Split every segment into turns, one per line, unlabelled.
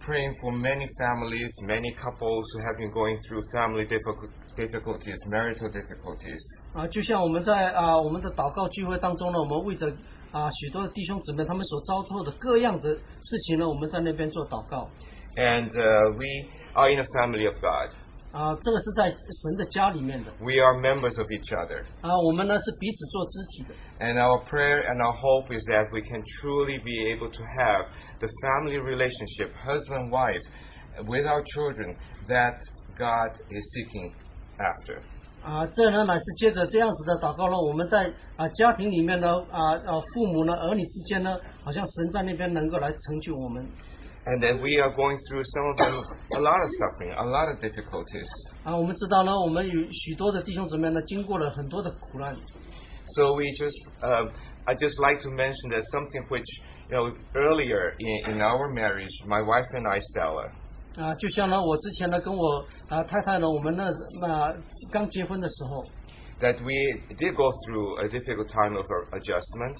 praying for many families, many couples who have been going through family difficult- difficulties, marital difficulties.
啊，就像我们在啊我们的祷告聚会当中呢，我们为着啊许多的弟兄姊妹他们所遭受的各样子事情呢，我们在那边做祷告
And uh, we are in a family of God.
啊，这个是在神的家里面的
We are members of each other.
啊，我们呢是彼此做肢体的
And our prayer and our hope is that we can truly be able to have the family relationship, husband wife, with our children that God is seeking after.
啊，这呢乃是借着这样子的祷告呢，我们在啊家庭里面呢啊啊父母呢儿女之间呢，好像神在那边能够来成就我们
And that we are going through some of them a lot of suffering, a lot of difficulties.
啊，我们知道呢，我们有许多的弟兄姊妹呢经过了很多的苦难。
So we just, uh, I just like to mention that something which, you know, earlier in, in our marriage, my wife and I, Stella,
啊，就像呢，我之前呢跟我啊太太呢，我们呢啊刚结婚的时候
that we did go through a difficult time of adjustment.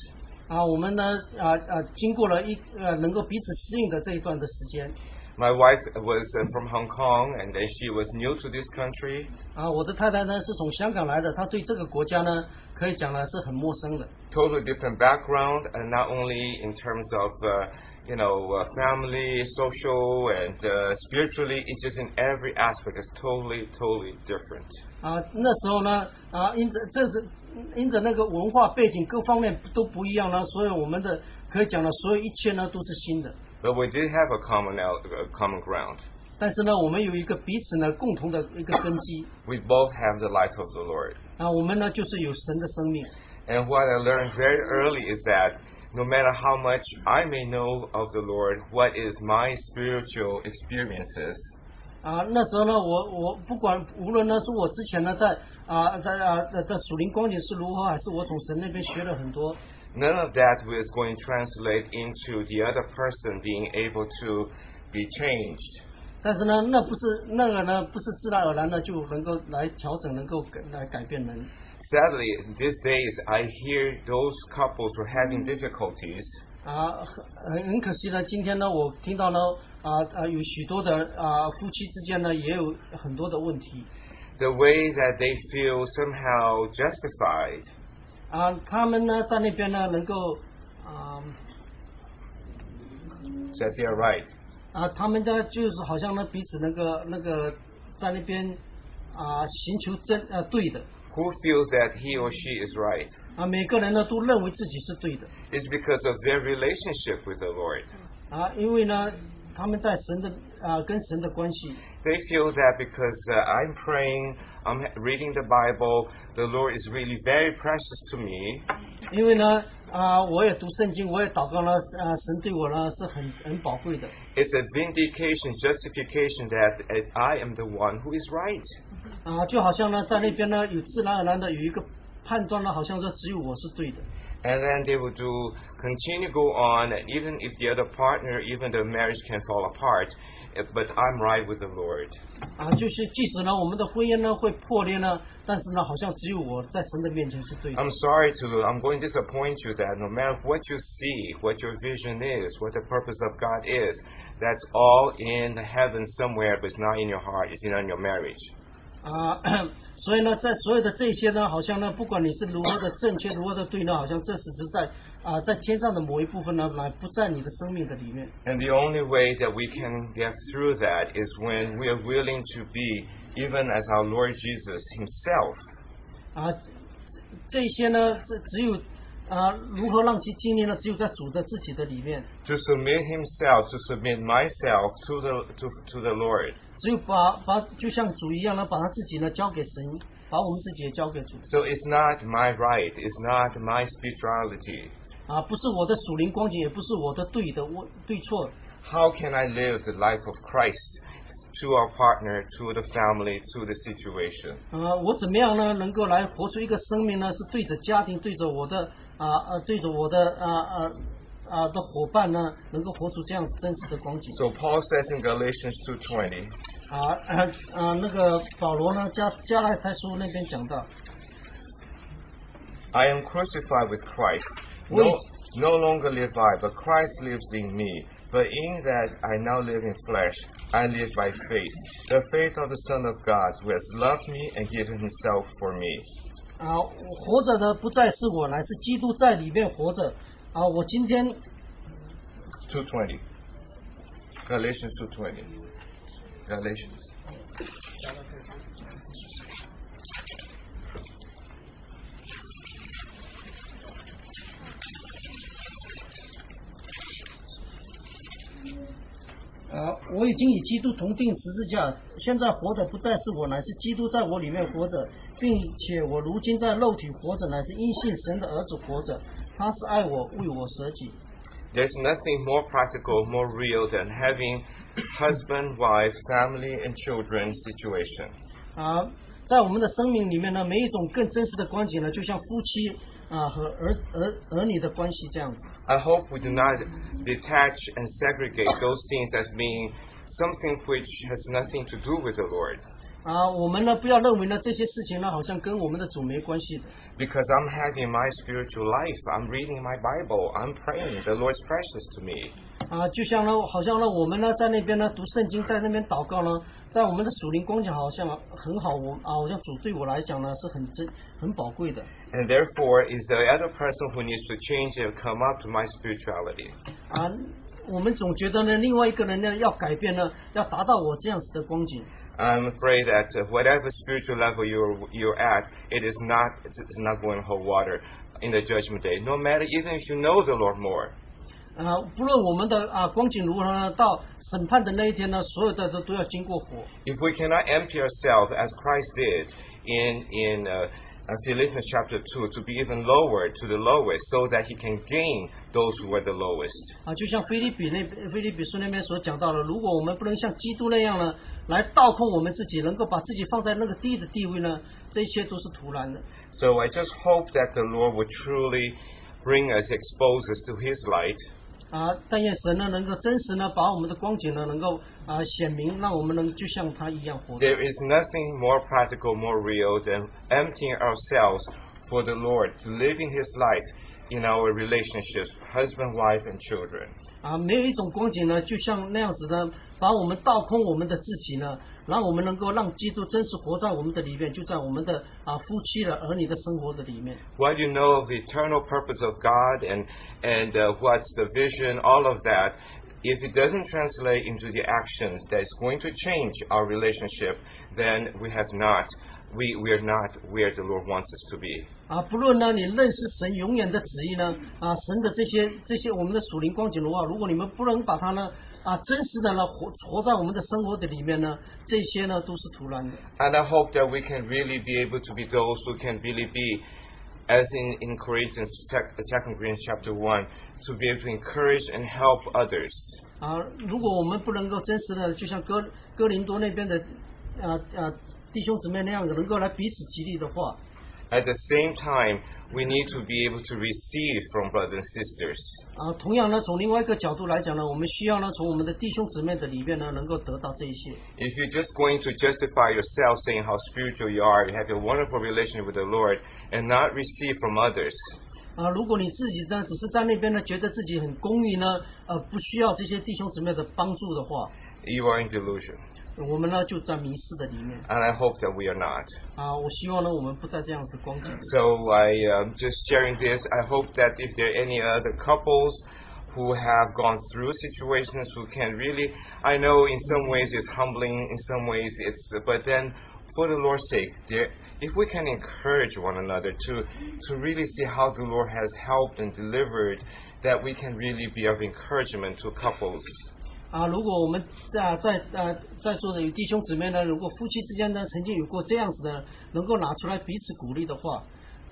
啊，我们呢啊啊经过了一呃能够彼此适应的这一段的时间
My wife was uh, from Hong Kong, and then she was new to this country.
啊，我的太太呢是从香港来的，她对这个国家呢可以讲呢是很陌生的
Totally different background, and not only in terms of uh, you know uh, family, social, and uh, spiritually. It's just in every aspect. It's totally, totally different.
啊。那时候呢啊，因着这是因着那个文化背景各方面都不一样呢，所以我们的可以讲呢，所有一切呢都是新的。
But we did have a common el- uh, common ground.
但是呢，我们有一个彼此呢共同的一个根基
We both have the life of the Lord.
啊，我们呢就是有神的生命。
And what I learned very early is that no matter how much I may know of the Lord, what is my spiritual experiences
啊，那时候呢，我我不管，无论呢是我之前呢在啊在啊在在属灵光景是如何，还是我从神那边学了很多
None of that was going to translate into the other person being able to be changed.
但是呢，那不是那个呢，不是自然而然的就能够来调整，能够改来改变人。
Sadly, these days I hear those couples who are having difficulties
啊，很很可惜呢，今天呢，我听到呢，啊啊，有许多的啊夫妻之间呢，也有很多的问题
the way that they feel somehow justified
啊，他们呢在那边呢能够啊
that they are right.
啊，他们呢就是好像呢彼此那个那个在那边啊寻求真呃对的
Who feels that he or she is right?
啊，每个人呢都认为自己是对的
It's because of their relationship with the Lord.
啊，因为呢他们在神的啊跟神的关系
They feel that because uh, I'm praying, I'm reading the Bible, the Lord is really very precious to me,
因为呢啊我也读圣经，我也祷告了啊，神对我呢是很很宝贵的
It's a vindication, justification that uh, I am the one who is right.
啊，就好像呢在那边呢有自然而然的有一个判断呢，好像说只有我是对的
And then they will do continue go on, and even if the other partner, even the marriage can fall apart, uh, but I'm right with the Lord.
啊，就是即使呢我们的婚姻呢会破裂呢，但是呢好像只有我在神的面前是对的。
I'm sorry to, I'm going to disappoint you that no matter what you see, what your vision is, what the purpose of God is, that's all in heaven somewhere, but it's not in your heart, it's not in your marriage.
啊， 所以呢，在所有的这些呢，好像呢，不管你是如何的正确，如何的对呢，好像这只是在啊、在天上的某一部分呢，来不在你的生命的里面
And the only way that we can get through that is when we are willing to be, even as our Lord Jesus Himself.
啊，这些呢，这只有啊，如何让其经历呢，只有在主的自己的里面，
To submit himself, to submit myself to the to, to the Lord.
只有把把就像主一样呢，把他自己呢交给神，把我们自己也交给主
So it's not my right, it's not my spirituality.
啊，不是我的属灵光景，也不是我的对的我对错
How can I live the life of Christ to our partner, to the family, to the situation?
呃，我怎么样呢？能够来活出一个生命呢？是对着家庭，对着我的啊啊、对着我的啊啊啊的伙伴呢，能够活出这样真实的光景
So Paul says in Galatians 2:20,
啊啊啊！那个保罗呢，加加拉太书那边讲到
I am crucified with Christ.
Oui.
No, no longer live I, but Christ lives in me. But in that I now live in flesh, I live by faith, the faith of the Son of God, who has loved me and given himself for me.
啊，我活着的不再是我，乃是基督在里面活着。啊，我今天
220. Galatians 220. Galatians.
呃，我已经与基督同定十字架，现在活着不再是我，乃是基督在我里面活着，并且我如今在肉体活着，乃是因信神的儿子活着，他是爱我，为我舍己。
There's nothing more practical, more real than having husband, wife, family, and children situation.
啊、在我们的生命里面呢，没一种更真实的关系呢，就像夫妻啊、和儿儿儿女的关系这样子。
I hope we do not detach and segregate those things as being something which has nothing to do with the Lord.
啊、我们呢不要认为呢这些事情呢好像跟我们的主没关系的。
Because I'm having my spiritual life, I'm reading my Bible, I'm praying, the Lord's precious to me.
啊，就像呢，好像呢，我们呢在那边呢读圣经，在那边祷告呢，在我们的属灵光景好像很好，我啊，好像主对我来讲呢是很珍很宝贵的
And therefore, is the other person who needs to change and come up to my spirituality.
啊。我们总觉得呢，另外一个人呢要改变呢，要达到我这样子的光景
I'm afraid that uh, whatever spiritual level you're you're at, it is not it's not going to hold water in the judgment day. No matter even if you know the Lord more,
啊。不论我们的啊光景如何呢，到审判的那一天呢，所有的都都要经过火
if we cannot empty ourselves as Christ did in in uh, uh, Philippians chapter two to be even lower to the lowest, so that He can gain those who were the lowest.
啊。就像菲利比那菲利比书那边所讲到的，如果我们不能像基督那样呢，来倒空我们自己，能够把自己放在那个低的地位呢，这一切都是徒然的。
So I just hope that the Lord will truly bring us, expose us to His light,
啊，但愿神呢能够真实呢把我们的光景呢能够啊显明，让我们能就像他一样活着。
There is nothing more practical, more real than emptying ourselves for the Lord, to living His life in our relationships, husband, wife, and children.
啊，没有一种光景呢就像那样子的，把我们倒空我们的自己呢，让我们能够让基督真实活在我们的里面，就在我们的啊夫妻的儿女的生活的里面。
What you know of the eternal purpose of God and, and uh, what's the vision, all of that, if it doesn't translate into the actions that is going to change our relationship, then we have not, we, we are not where the Lord wants us to be.
啊，不论呢，你认识神永远的旨意呢，啊，神的这些这些我们的属灵光景的话，如果你们不能把它呢，啊，真实的呢活活在我们的生活的里面呢，这些呢都是徒然的。
And I hope that we can really be able to be those who can really be, as in, in Corinthians, Sec- Second Corinthians chapter 1, to be able to encourage and help others.
啊，如果我们不能够真实的，就像哥哥林多那边的，呃呃弟兄姊妹那样子，能够来彼此激励的话，啊
At the same time, we need to be able to receive from brothers and sisters.
啊，同样呢，从另外一个角度来讲呢，我们需要呢，从我们的弟兄姊妹的里面呢，能够得到这一些。
If you're just going to justify yourself saying how spiritual you are, you have a wonderful relationship with the Lord, and not receive from others,
啊，如果你自己呢，只是在那边呢，觉得自己很公义呢，呃，不需要这些弟兄姊妹的帮助的话，
you are in delusion.
我们呢就在迷失的里面。
And I hope that we are not.
啊，我希望呢，我们不在这样子的光景。
So I um, just sharing this. I hope that if there are any other couples who have gone through situations who can really, I know in some ways it's humbling, in some ways it's, but then for the Lord's sake, there, if we can encourage one another to to really see how the Lord has helped and delivered, that we can really be of encouragement to couples.
啊，如果我们啊在啊在座的有弟兄姊妹呢，如果夫妻之间呢曾经有过这样子的，能够拿出来彼此鼓励的话，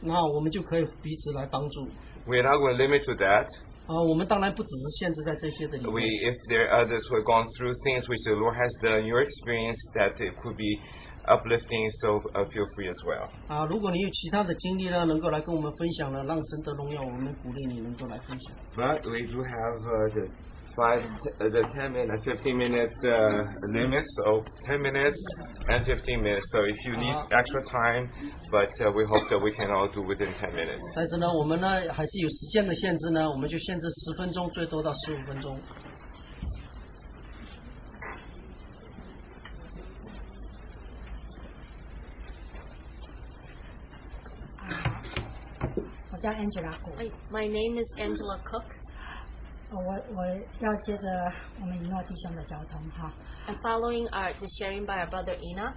那我们就可以彼此来帮助。
We're not going to limit to that.
啊，我们当然不只是限制在这些的里
we
面。
if there are others who have gone through things which the Lord has done, your experience that it could be uplifting, so uh, feel free as well.
啊，如果你有其他的经历呢，能够来跟我们分享呢，让神得荣耀，我们鼓励你能够来分享。
But we do have uh, the five, t- uh, the 10 minute, 15 minute uh, limit, so 10 minutes and 15 minutes. So if you need
Uh-huh.
extra time, but uh, we hope that we can all do within 10 minutes.
但是呢，我们呢还是有时间的限制呢，我们就限制十分钟，最多到十五分钟。
我叫 Angela 古。
My, my name is Angela Cook.
呃我我要接着我们一诺弟兄的交通哈。
And following our, the sharing by our brother Enoch,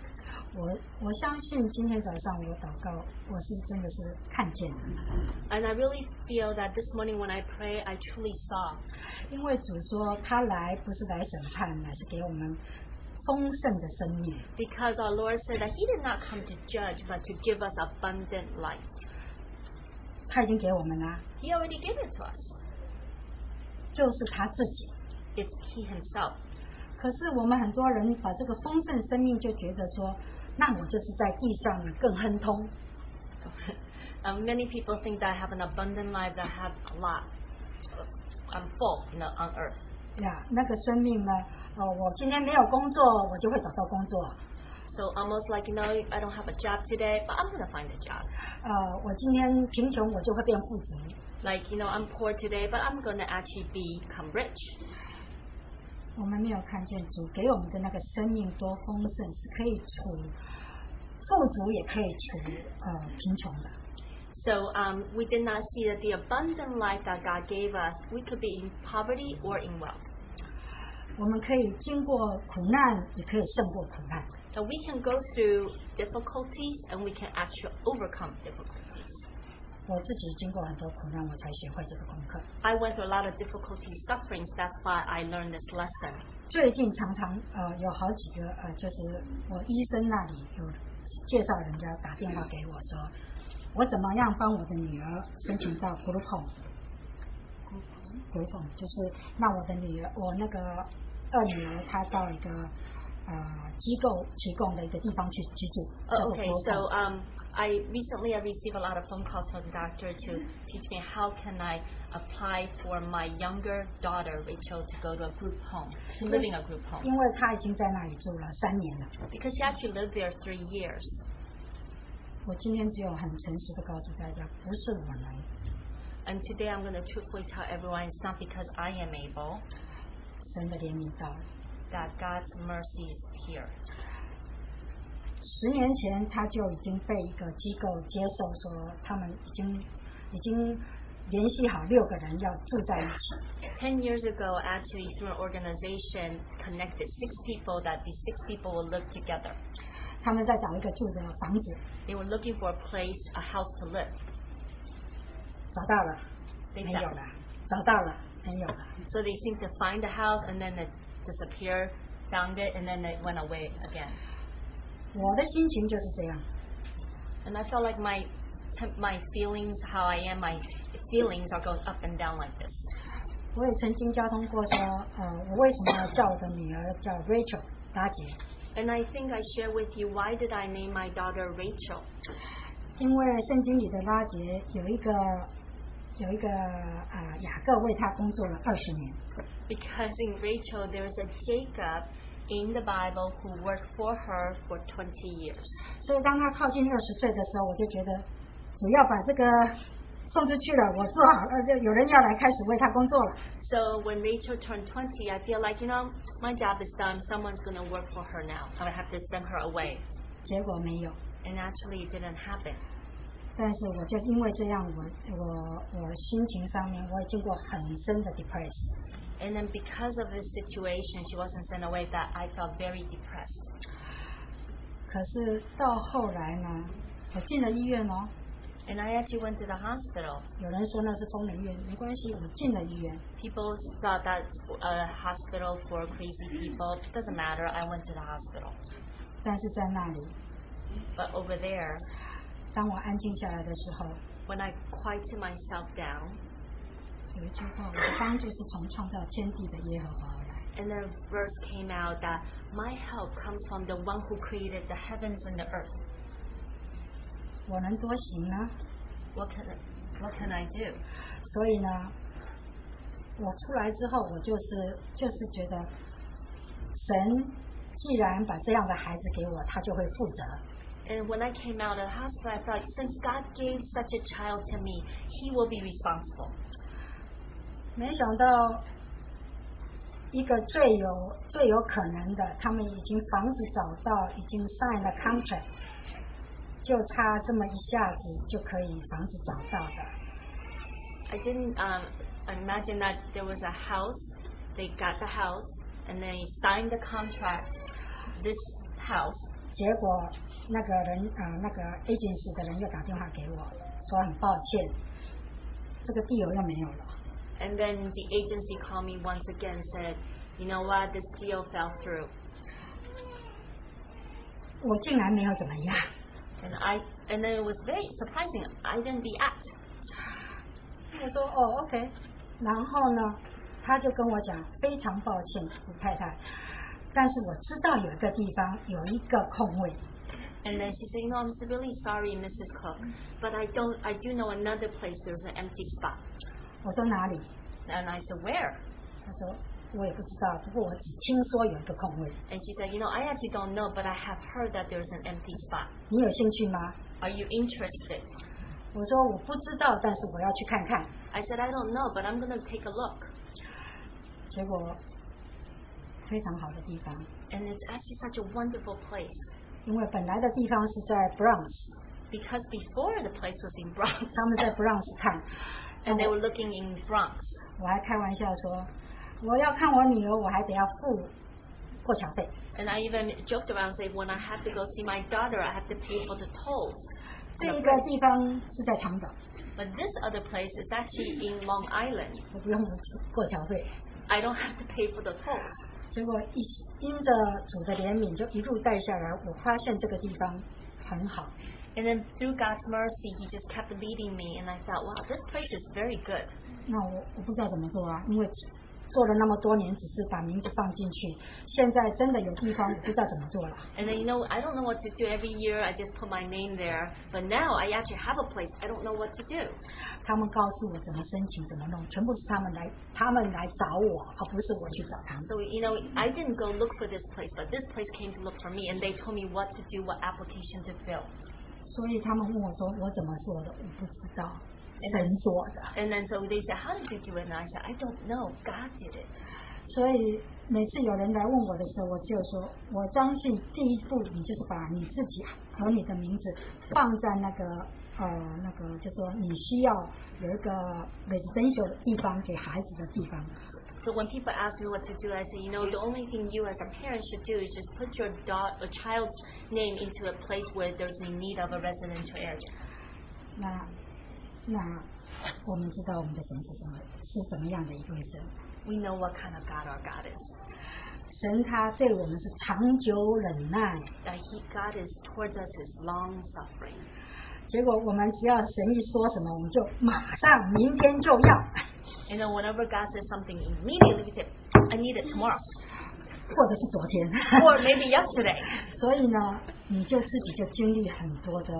我我相信今天早上我祷告，我是真的是看见了，
and I really feel that this morning when I pray, I truly saw.
因为主说他来不是来审判，乃是给我们丰盛的生命。
Because our Lord said that He did not come to judge, but to give us abundant life.
他已经给我们啦，
He already gave it to us.
就是他自己。
It's He Himself.
可是我们很多人把这个丰盛生命就觉得说，那我就是在地上更亨通，
Uh, many people think that I have an abundant life, that I have a lot. Uh, I'm full you know, on earth.
呀，那个生命呢？呃，我今天没有工作，我就会找到工作。
So almost like, you know, I don't have a job today, but I'm going to find a job.
呃，我今天贫穷，我就会变富足。
Like, you know, I'm poor today, but I'm going to actually become rich.
我们没有看见主给我们的那个生命多丰盛，是可以处富足，也可以处呃贫穷的。
So um, we did not see that the abundant life that God gave us, we could be in poverty or in wealth.
我们可以经过苦难，也可以胜过苦难。
That we can go through difficulties and we can actually overcome difficulties.
我自己经过很多苦难，我才学会这个功课。
I went through a lot of difficulties, sufferings. That's why I learned this lesson.
最近常常呃有好几个呃，就是我医生那里有介绍人家打电话给我说，我怎么样帮我的女儿申请到 g r o u p h o m g r o u p h o m 就是那我的女儿，我那个二女儿她到一个呃机构提供的一个地方去居住，叫做
Oh,
g
okay,
r o u p
so
h o m
um, I recently I received a lot of phone calls from the doctor to teach me how can I apply for my younger daughter Rachel to go to a group home, to live in a group home,
因为她已经在那里住了三年了。
because she actually lived there three years.
我今天只有很诚实的告诉大家，不是我能，
And today I'm going to truthfully tell everyone it's not because I am able
神的怜悯到了。
that God's mercy is here.
十年前他就已经被一个机构接受说，他们已经已经联系好六个人要住在一起。
Ten years ago, actually, through an organization, connected six people that these six people will live together.
他们在找一个住的房子，
They were looking for a place, a house to live.
找到了，
They
没有
found.
了，找到了，没有了。
So they seemed to find a house and then it disappeared, found it, and then it went away again.
我的心情就是这样，
And I felt like my temp- my feelings, how I am, my feelings are going up and down like this.
我也曾经交通过说，呃，我为什么要叫我的女儿叫 Rachel 达杰？
And I think I share with you why did I name my daughter Rachel?
因为圣经里的拉杰有一个有一个呃雅各为他工作了二十年，
Because in Rachel, there's a Jacob in the Bible who worked for her for 20 years.
所以当他靠近二十岁的时候，我就觉得主要把这个送出去了，我做好了，就有人要来开始为他工作了。
So when Rachel turned 20, I feel like, you know, my job is done. Someone's going to work for her now. I'm going to have to send her away.
结果没有，
And actually, it didn't happen.
但是我就因为这样，我我我心情上面我也经过很深的 depress。
And then because of this situation, she wasn't sent away, that I felt very depressed.
可是到后来呢，我进了医院哦，
And I actually went to the hospital.
有人说那是疯人院，没关系，我进了医院，
People thought that a hospital for crazy people doesn't matter. I went to the hospital.
但是在那里，
But over there,
当我安静下来的时候，
when I quieted myself down,
有一句话，我的帮助是从创造天地的耶和华而来。
and then a verse came out that my help comes from the one who created the heavens and the earth.
我能多行呢？
What can what can I do?
所以呢，我出来之后，我就是就是觉得，神既然把这样的孩子给我，他就会负责。
And when I came out of the hospital, I felt since God gave such a child to me, He will be responsible.
没想到，一个最有最有可能的，他们已经房子找到，已经 sign 了 contract，就差这么一下子就可以房子找到的，
I didn't um, imagine that there was a house. They got the house and they signed the contract. This house.
结果那个人呃那个 agency 的人又打电话给我说很抱歉，这个地油又没有了。
And then the agency called me once again and said, you know what, this deal fell through.
我竟然没有怎么样，
And I and then it was very surprising. I didn't react.
我说哦 OK，然后呢，他就跟我讲非常抱歉，吴太太，但是我知道有一个地方有一个空位，
And then she said, you know, I'm really sorry, Mrs. Cook, but I don't, I do know another place there's an empty spot.
我说哪里？
And I said, where?
他说我也不知道，不过我只听说有一个空位，
And she said, you know, I actually don't know, but I have heard that there's an empty spot.
你有兴趣吗？
Are you interested?
我说我不知道，但是我要去看看。
I said, I don't know, but I'm going to take a look.
结果非常好的地方，
And it's actually such a wonderful place
因为本来的地方是在 Bronx，
because before the place was in Bronx
他们在 Bronx 看，
and they were looking in Bronx.
我还开玩笑说，我要看我女儿，我还得要付过桥费。
And I even joked around and said, when I have to go see my daughter, I have to pay for the tolls.
这一个地方是在长岛，
But this other place is actually in Long Island.
我不用过桥费。
I don't have to pay for the tolls.
结果一因着主的怜悯，就一路带下来。我发现这个地方很好，
And then through God's mercy, He just kept leading me, and I thought, wow, this place is very good.
那我我不知道怎么做啊，因为做了那么多年，只是把名字放进去，现在真的有地方我不知道怎么做了。
And then, you know, I don't know what to do every year. I just put my name there. But now I actually have a place. I don't know what to do.
他们告诉我怎么申请，怎么弄，全部是他们来，他们来找我，而不是我去找他们。
So, you know, I didn't go look for this place, but this place came to look for me, and they told me what to do, what application to fill.
所以他们问我说我怎么做的，我不知道，神做的。
And then so they said, how did you do it? And I said, I don't know. God did it.
所以每次有人来问我的时候，我就说，我相信第一步你就是把你自己和你的名字放在那个呃那个，就说你需要有一个 residential 的地方给孩子的地方。
So when people ask me what to do, I say, you know, the only thing you as a parent should do is just put your da- a child's name into a place where there's in need of a residential area.
那那我们知道我们的神是什么是怎么样的一位神，
We know what kind of God our God is.
神他对我们是长久忍耐，
That He God is towards us is long suffering.
结果我们只要神一说什么，我们就马上明天就要，
And then whenever God says something, immediately we say, I need it tomorrow,
或者是昨天。
or maybe yesterday.
所以呢，你就自己就经历很多的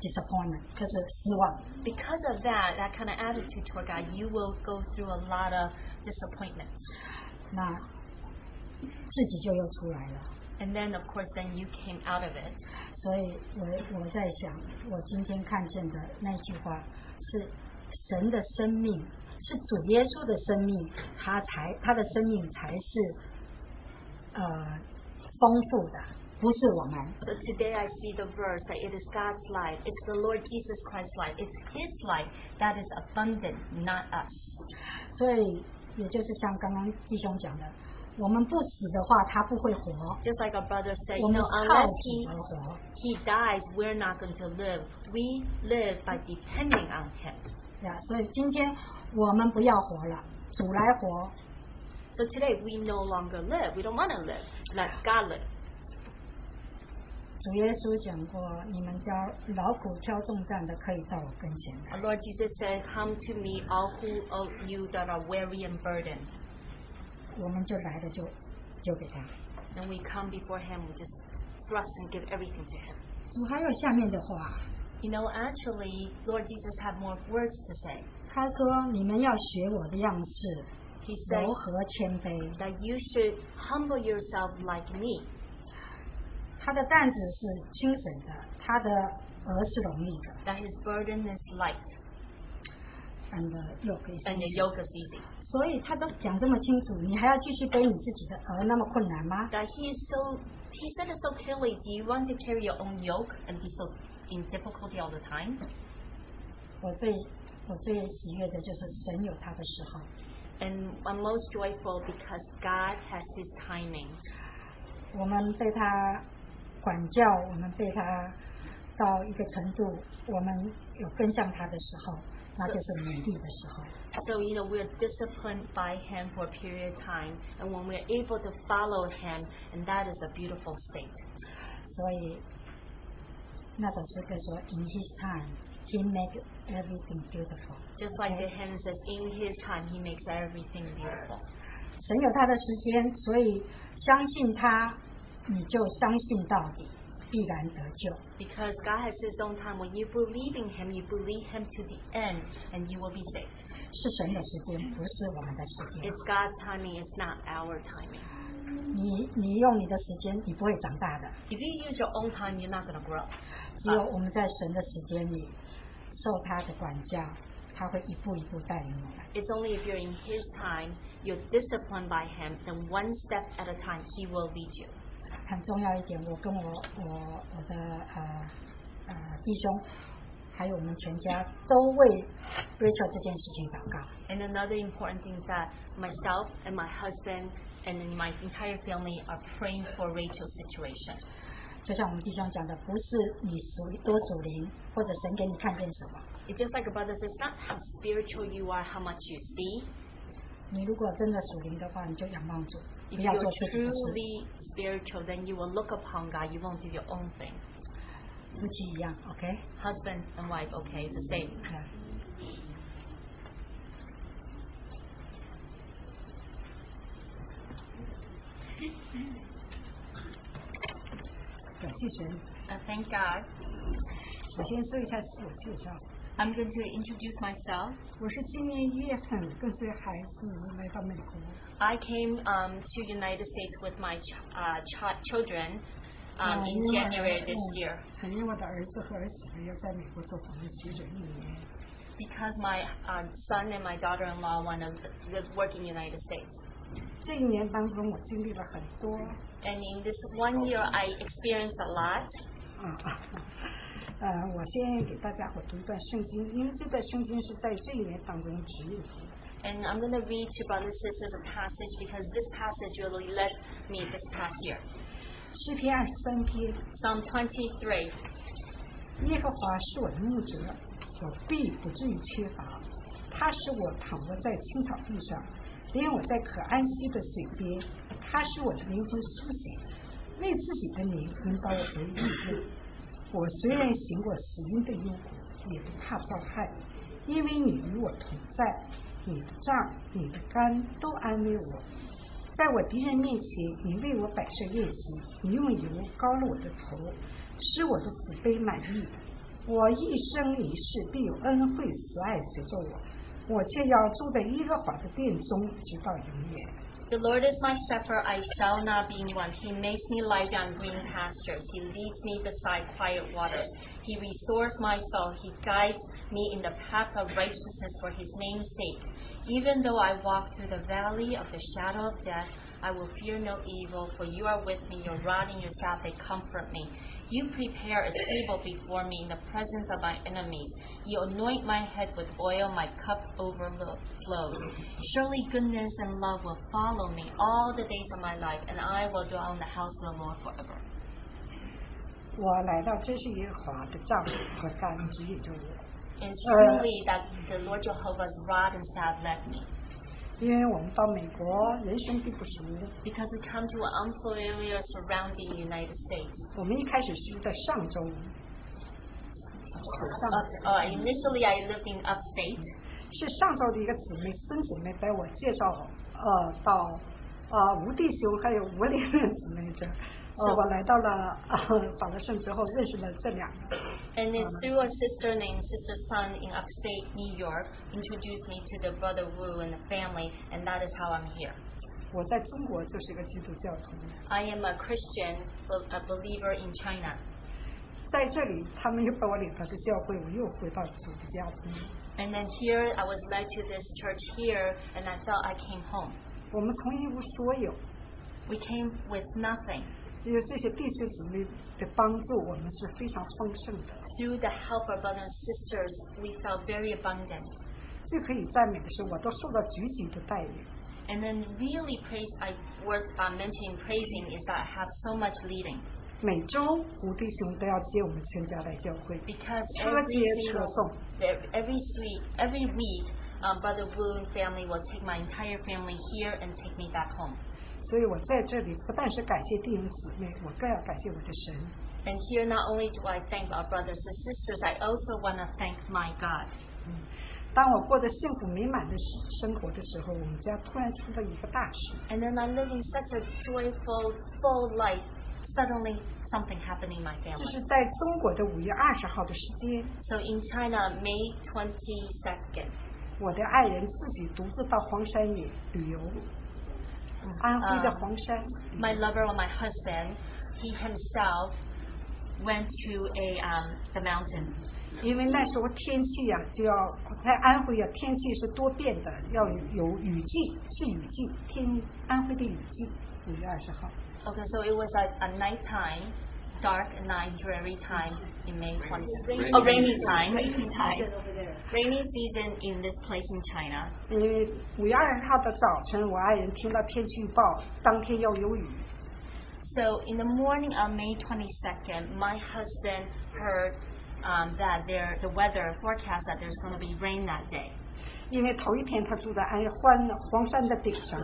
disappointment，就是失望。
Because of that, that kind of attitude toward God, you will go through a lot of disappointments.
那自己就又出来了。
And then, of course, then you came out of it.
所以我我在想，我今天看见的那句话是神的生命，是主耶稣的生命，他才他的生命才是呃丰富的，不是我们。
So today I see the verse that it is God's life, it's the Lord Jesus Christ's life, it's His life that is abundant, not us.
所以也就是像刚刚弟兄讲的，我们不死的话，他不会活。
Just like our brother said,
我
you
们
know,
靠
unless
主
He
而活，
He dies, we're not going to live. We live by depending on Him.
对啊，所以今天我们不要活了，主来活。
So today we no longer live. We don't want to live. Let God live.
主耶稣讲过，你们挑劳苦挑重担的，可以到我跟前来。
Our Lord Jesus said, "Come to me, all who of you that are weary and burdened."
我们就来了就就给他。
And we come before Him. We just thrust and give everything to Him.
主还有下面的话，
You know, actually, Lord Jesus had more words to say.
他说：“你们要学我的样式，
He
柔
said
和谦卑。
that you should humble yourself like me.
他的担子是轻省的，他的额是容易的。
That His burden is light
and yoke is
and the
easy。
yoke is easy.
所以他都讲这么清楚，你还要继续背你自己的额那么困难吗？
That He is so. He said it so clearly. Do you want to carry your own yoke and be so in difficulty all the time?
我最我最喜悦的就是神有他的时候。
And I'm most joyful because God has His timing.
我们被他管教，我们被他到一个程度，我们有跟上他的时候，那就是勉励的时候。
So, you know, we're disciplined by Him for a period of time, and when we're able to follow Him, and that is a beautiful state.
所以那首诗歌说：“In His time, He make everything beautiful。”
Just like the hymn says, in His time, He makes everything beautiful.
神有他的时间，所以相信他，你就相信到底，必然得救。
Because God has His own time. When you believe in Him, you believe Him to the end, and you will be saved.
是神的时间，不是我们的时间
It's。God's timing, it's not our timing.
你你用你的时间，你不会长大的。
If you use your own time, you're not going to grow.
只有我们在神的时间里受他的管教，他会一步一步带领我们。
It's only if you're in His time, you're disciplined by Him, then one step at a time, He will lead you.
很重要一点，我跟我我我的呃呃弟兄，还有我们全家都为 Rachel 这件事情祷告。
And another important thing is that myself and my husband and then my entire family are praying for Rachel's situation.
就像我们弟兄讲的，不是你属多属灵，或者神给你看见什么。
It's just like a brother says, not how spiritual you are, how much you see.
你如果真的属灵的话，你就仰望主，不
If
要做
you're
自己的事。
truly spiritual, then you will look upon God. You won't do your own thing.
夫妻一样，OK？
Husband and wife, okay, the same.
好感谢神，
Uh, thank God.
我先做一下自我介绍。
I'm going to introduce myself.
我是今年一月份跟随孩子来到美国，
I came um, to United States with my ch- uh, ch- children um,
Uh,
in
you are-
January this
yeah.
year
可因为我的儿子和儿媳妇要在美国做访问学者一年，
because my um, son and my daughter-in-law want to live, work in United States.
这一年当中我经历了很多
And in this one year, I experienced a lot.
啊。呃，我先给大家我读一段圣经，因为这段圣经是在这一年当中只有读。
And I'm going to read to brothers and sisters a passage because this passage really led me this past year.
诗篇二十三篇，
Psalm 23.
耶和华是我的牧者，我必不至于缺乏。他使我躺卧在青草地上，领我在可安息的水边。他使我的灵魂苏醒，为自己的灵引导我走义路。我虽然行过死荫的幽谷，也不怕遭害，因为你与我同在。你的杖、你的竿都安慰我。在我敌人面前，你为我摆设宴席，你用油膏了我的头，使我的慈悲满意。我一生一世必有恩惠慈爱随着我，我却要住在耶和华的殿中，直到永远。
The Lord is my shepherd, I shall not be in want. He makes me lie down in green pastures. He leads me beside quiet waters. He restores my soul. He guides me in the path of righteousness for his name's sake. Even though I walk through the valley of the shadow of death, I will fear no evil, for you are with me. Your rod and your staff, they comfort me. You prepare a table before me in the presence of my enemies. You anoint my head with oil, my cup overflows. Surely goodness and love will follow me all the days of my life, and I will dwell in the house of the Lord forever.
我来到真是耶和华的帐篷和杆指引着我，
And
Uh,
truly that the Lord Jehovah's rod and staff led me.
因为我们到美国人生地不熟，
Because we come to an unfamiliar surrounding United States.
我们一开始是在上周，上
Up, uh, initially, I lived in upstate.
是上周的一个姊妹孙姊妹把我介绍呃到呃吴弟兄还有吴连任姊妹这儿，呃我来到了呃法罗盛之后认识了这两个，
And it's through a sister named Sister Sun in upstate New York introduced me to the brother Wu and the family, and that is how I'm here.
我在中国就是个基督教徒，
I am a Christian, be- a believer in China.
在这里他们又把我领到的教会，我又回到主的家中。
And then here, I was led to this church here, and I felt I came home.
我们从一无所有，
We came with nothing.
因为这些弟兄姊妹的帮助，我们是非常丰盛的。
Through the help of brothers and sisters, we felt very abundant.
最可以赞美的是，我都受到举己的待遇。
And then really praise, I worth uh, mentioning praising is that I have so much leading
每周吴弟兄都要接我们全家来教会，
because
车
every
接车
single,
送。
every week, every week, um, Brother Wu and family will take my entire family here and take me back home.
所以我在这里不但是感谢弟兄姊妹，我更要感谢我的神，
And here, not only do I thank our brothers and sisters, I also want to thank my God.
当我过着幸福美满的生生活的时候，我们家突然出了一个大事，
And then I'm living such a joyful, full life. Suddenly, something happened in my
就
family.
是在中国的五月二十号的时间，
So in China, May 22nd,
我的爱人自己独自到黄山野旅游，安徽
啊
的黄山，
um, my lover or my husband, he himself went to a um, the mountain
因为那时候天气呀、就要在安徽呀、天气是多变的，要有雨季，是雨季，天安徽的雨季，五月二十号。
Okay, so it was at a nighttime, dark and night, dreary time in May 20.
Rainy.
Oh, rainy time.
Rainy season over
哎
there.
Rainy season in this place in China.
因为五月二十号的早晨，我爱人听到天气预报，当天要有雨，
So in the morning of May 22nd, my husband heard um, that there the weather forecast that there's going to be rain that day.
因为头一天他住在安欢黄山的顶上，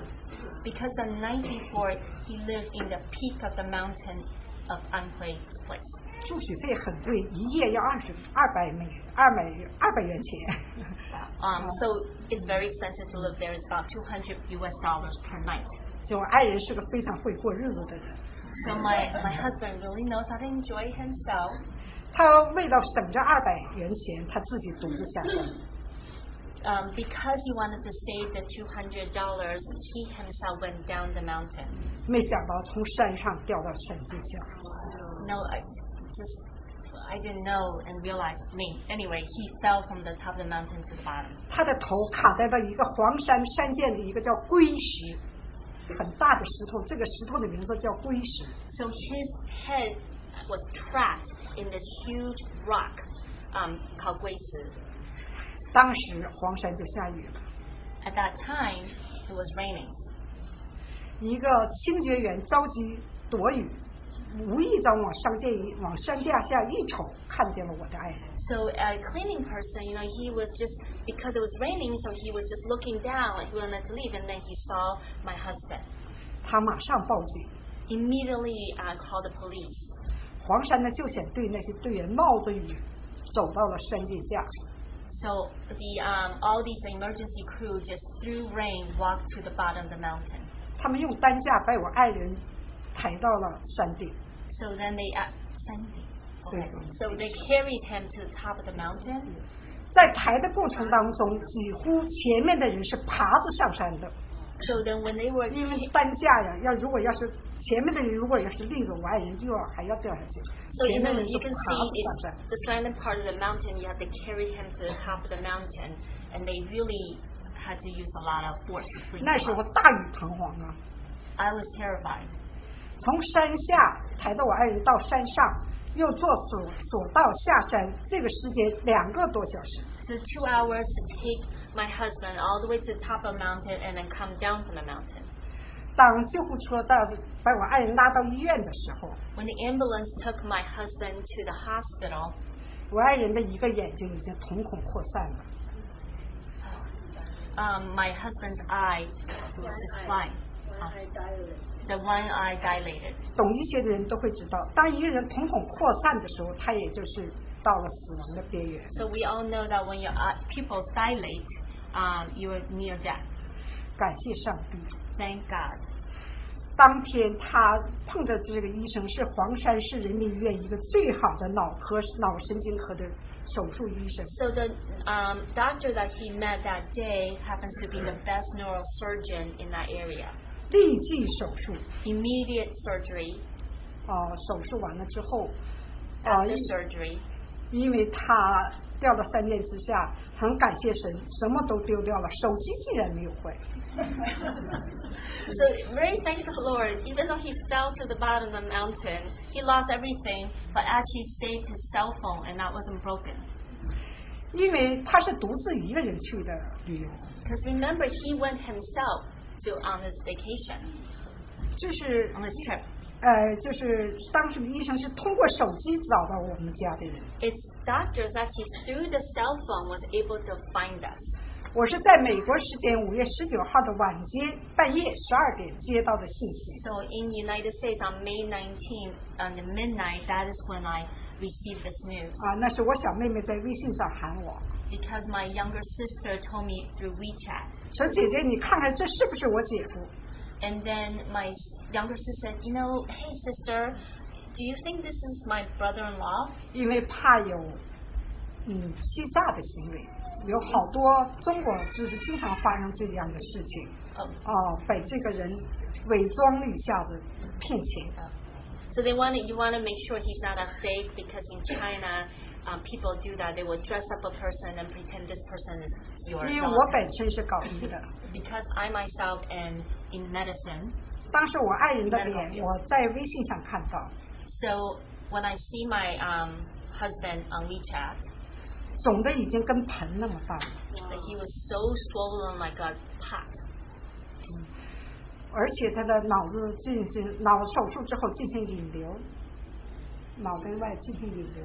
Because the night before, he lived in the peak of the mountain of Anhui's place.
住宿费很贵，一夜要二十二百美二百二百元钱。
Um, so it's very expensive to live there. It's about 200 US dollars per night.
就我爱人是个非常会过日子的人，
So my, my husband really knows how to enjoy himself.
他为了省这二百元钱，他自己独自下山。
um, because he wanted to save the two hundred dollars, he himself went down the mountain.
没想到从山上掉到山底下，
No, I just I didn't know and realized. I mean, anyway, he fell from the top of the mountain to the bottom.
他的头卡在了一个黄山山涧的一个叫龟石，很大的石头，这个石头的名字叫龟石。
So his head was trapped in this huge rock um, called Guisu.
当时黄山就下雨了，
At that time, it was raining.
一个清洁员着急躲雨，无意当往商店一往山脚下一瞅，看见了我的爱人。
So a cleaning person, you know, he was just because it was raining, so he was just looking down, like he wanted to leave, and then he saw my husband.
他马上报警，
immediately uh, called the police.
黄山的救险队那些队员冒着雨走到了山地下，
So the um, all these emergency crew just through rain walked to the bottom of the mountain.
他们用担架把我爱人抬到了山顶。
So then they uh, Sandy. Okay.
Mhm.
So they carried him to the top of the mountain.
在抬的过程当中，几乎前面的人是爬着上山的，
So then when they were
因为
ca-
担架呀，要如果要是前面的人如果要是立着，我爱人就要还要掉下去。
so
前
you
面
know
的人
you
就
can
爬着
see it's
上山，
the silent part of the mountain. You have to carry him to the top of the mountain, and they really had to use a lot of force to bring
那
him
时
up.
候大雨彷徨啊，
I was terrified.
从山下抬到我爱人到山上，又坐索索道下山，这个时间两个多小时。
So two hours to take my husband all the way to the top of the mountain and then come down from the mountain.
当救护车到把我爱人拉到医院的时候，
When the ambulance took my husband to the hospital,
我爱人的一个眼睛已经瞳孔扩散了，
um, my husband's eye was just fine.
When I dilated.
The one eye dilated.
懂医学的人都会知道，当一个人瞳孔扩散的时候，他也就是到了死亡的边缘。
So we all know that when your eye, pupils dilate, um, you are near death.
感谢上帝，
Thank God.
当天他碰着这个医生是黄山市人民医院一个最好的脑科脑神经科的手术医生。
So the um, doctor that he met that day happens to be the best neurosurgeon in that area.
立即手术，
Immediate surgery
啊、手术完了之后，啊、Oh,
after surgery.
因为他掉到山巅之下，很感谢神，什么都丢掉了，手机竟然没有坏。
So very thankful Lord, even though he fell to the bottom of the mountain, he lost everything, but actually saved his cell phone and that wasn't broken.
因为他是独自一个人去的旅游，
Because remember, he went himself to on his vacation,
就是
on his trip.
呃，就是当时医生是通过手机找到我们家的人。
Its doctors actually through the cell phone was able to find us.
我是在美国时间五月十九号的晚间半夜十二点接到的信息，
So in United States on May 19th, on the midnight, that is when I received this news.
啊，那是我小妹妹在微信上喊我，
Because my younger sister told me through WeChat.
说姐姐你看看这是不是我姐夫？
And then my younger sister said, you know, hey sister, do you think this is my brother-in-law?
因为怕有嗯欺诈的行为，有好多中国就是经常发生这样的事情，
Oh,
哦、被这个人伪装一下子骗钱。
So they want to, you want to make sure he's not a fake because in China, um, people do that. They will dress up a person and pretend this person is your
因为
relative.
我本身是搞医 的，
Because I myself am in medicine,
当时我爱人的脸我在微信上看到，
so when I see my um, husband on WeChat,
肿的已经跟盆那么大了，
that he was so swollen like a pot,
而且他的脑子进行脑手术之后进行引流，脑袋外进行引流。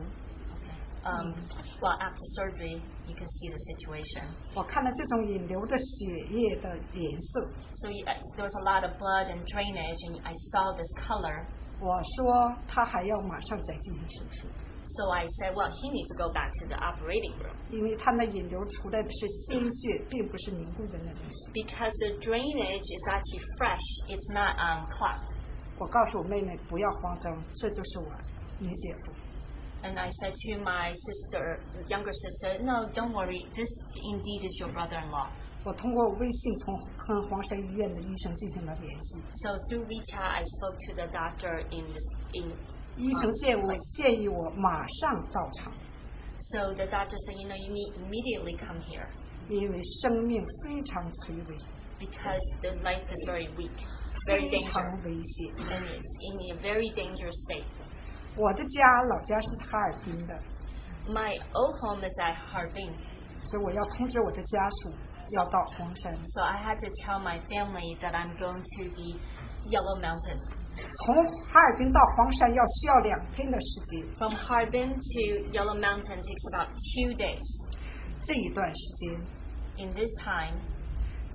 um, well, after surgery, you can see the situation.
我看到这种引流的血液的颜色，
So you, there was a lot of blood and drainage, and I saw this color.
我说他还要马上再进行手术，
So I said, well, he needs to go back to the operating room.
因为他那引流出来的是鲜血，并不是凝固的那种血。
because the drainage is actually fresh, it's not um, clogged.
我告诉我妹妹不要慌张，这就是我女姐夫。
And I said to my sister, younger sister, no, don't worry, this indeed is your brother in law.
我通过微信从跟黄山医院的医生进行了联系，
So through WeChat, I spoke to the doctor in this. In,
医生建我建议我马上到场，
so the doctor said, you know, you need immediately come here
因为生命非常垂危，
because the life is very weak, very
非
dangerous,
常危险。
and it's in a very dangerous state.
我的家老家是哈尔滨的，
My old home is at Harbin,
所以我要通知我的家属要到黄山。
so I had to tell my family that I'm going to the Yellow Mountains.
从哈尔滨到黄山要需要两天的时间，
From Harbin to Yellow Mountain takes about two days.
这一段时间
In this time,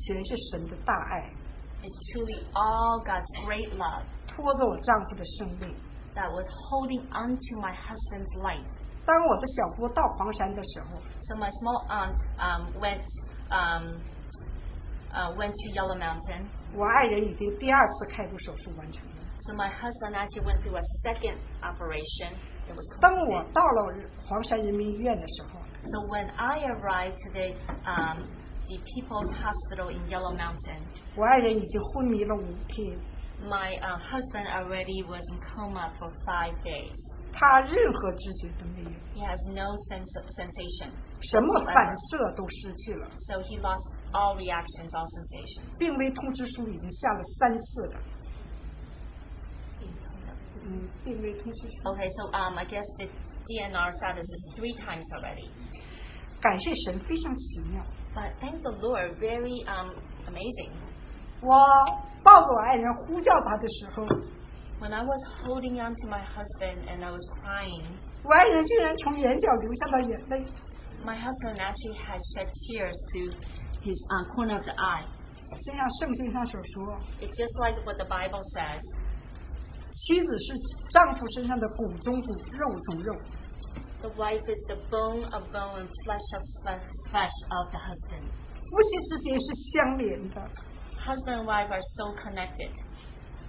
全是神的大爱，
it's truly all God's great love
拖着我丈夫的生命。
that was holding onto my husband's life.
当我的小姑到黄山的时候，
So my small aunt um, went um, uh, went to Yellow Mountain.
我爱人已经第二次开颅手术完成了。
So my husband actually went through a second operation. It was
当我到了黄山人民医院的时候，
so when I arrived to the um, the People's Hospital in Yellow Mountain,
我爱人已经昏迷了五天，
my uh, husband already was in coma for five days.
他任何知觉都没有，
He has no sense of sensation,
什么反射都失去了，
so he lost all reactions, all sensations.
病危通知书已经下了三次了。嗯，病危通知书。
Okay, so um, I guess the DNR status is three times already.
感谢神，非常奇妙。
But thank the Lord, very um, amazing.
我抱着我爱人呼叫他的时候，
When I was holding on to my husband and I was crying,
我爱人竟然从眼角流下了眼泪。
my husband actually had shed tears through his um, corner of the eye.
就像圣经上所说，
It's just like what the Bible says
妻子是丈夫身上的骨中骨，肉中肉。
the wife is the bone of bone and flesh of flesh, flesh of the husband.
夫妻之间是相连的。
Husband and wife are so connected.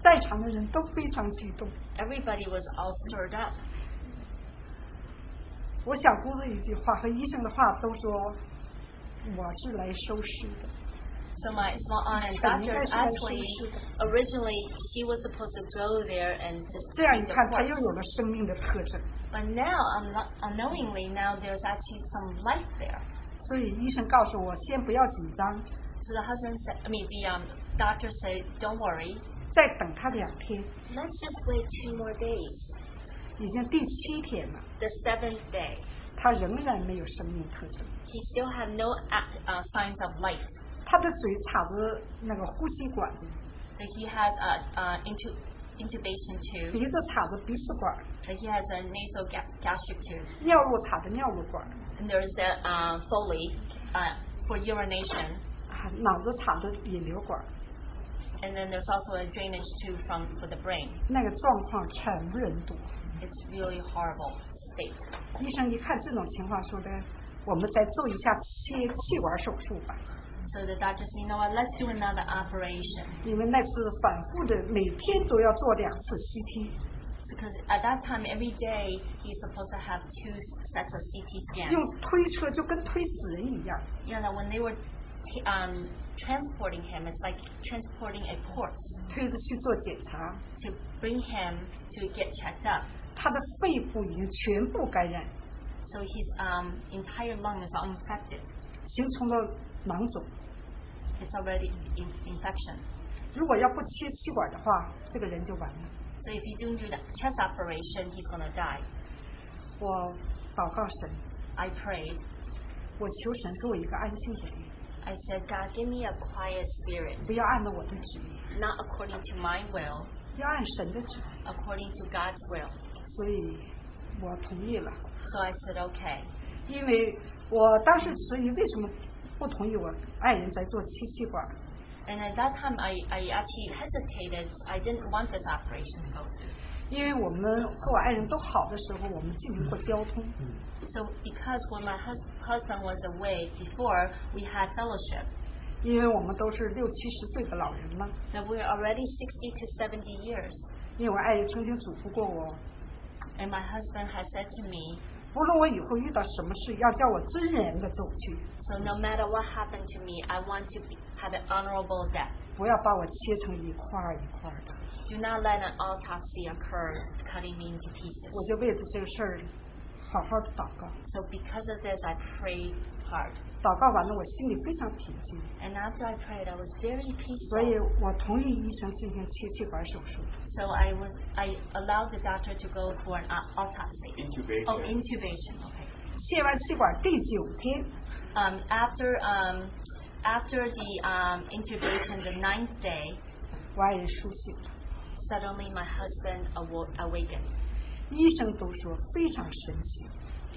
在场的人都非常激动。
Everybody was all stirred up.
我小姑子一句话和医生的话都说，我是来收尸的。
So my small aunt and doctors actually, originally she was supposed to go there and just
这样一
see the
看，他
corpse.
又有了生命的特征。
But now, unlo- unknowingly, now there's actually some light there.
所以医生告诉我，先不要紧张，
So the husband said, I mean, the um, doctor said, don't worry,
再等他两天，
let's just wait two more days.
已经第七天了，
The seventh day,
他仍然没有生命特征。
he still had no a- uh, signs of life.
他的嘴插着那个呼吸管子，
That he has uh, uh, intu- intubation
鼻
tube,
子插着鼻屎管，
that he has a nasal ga- gastric tube,
尿路插着尿路管，
and there's the uh, Foley uh, for urination,
啊，脑子插着引流管，
and then there's also a drainage tube from for the brain.
那个状况惨不忍睹。
It's really horrible state.
医生一看这种情况，说的我们再做一下切气管手术吧，
So the doctor said, you know what, let's do another operation.
因为那是反复的，每天都要做两次 CT。
Because at that time, every day, he's supposed to have two sets of CT scans.
用推车就跟推死人一样，
You know, when they were t- um, transporting him, it's like transporting a corpse
推着去做检查，
to bring him to get checked up.
他的肺部已经全部感染，
So his um, entire lung is all infected.
形成了囊肿。
It's already in- infection.
如果要不切气管的话，这个人就完了。
So if you don't do the chest operation, he's gonna die.
我祷告神，
I prayed.
我求神给我一个安静的人，
I said, God, give me a quiet spirit,
不要按照我的旨意，
not according to my will,
要按神的旨意。
according to God's will.
所以，我同意了，
So I said, okay.
因为我当时迟疑为什么不同意我爱人在做切气管。
And at that time, I, I actually hesitated. I didn't want this operation to go through.
因为我们和我爱人都好的时候，我们进行过交通，
So, because when my hus- husband was away before, we had fellowship.
因为我们都是六七十岁的老人了。
Now we're already 60 to 70 years.
因为我爱人曾经嘱咐过我，
And my husband has said to me,
无论我以后遇到什么事，要叫我尊严的走去，
So, no matter what happened to me, I want to be, have an honorable death.
不要把我切成一块儿一块儿的。
Do not let an autopsy occur, cutting me into pieces.
我就为着这个事儿好好的祷告，
So, because of this, I prayed hard.
祷告完了，我心里非常平静，
And after I prayed, I was very
所以
peaceful.
我同意医生进行切气管手术。
So I was I allowed the doctor to go for an au- autopsy.
Intubation.
Oh, intubation. Okay.
切完气管第九天，
Um, after um, after the um, intubation, the ninth day,
我爱人苏醒了，
suddenly my husband awoke, awakened,
医生都说非常神奇，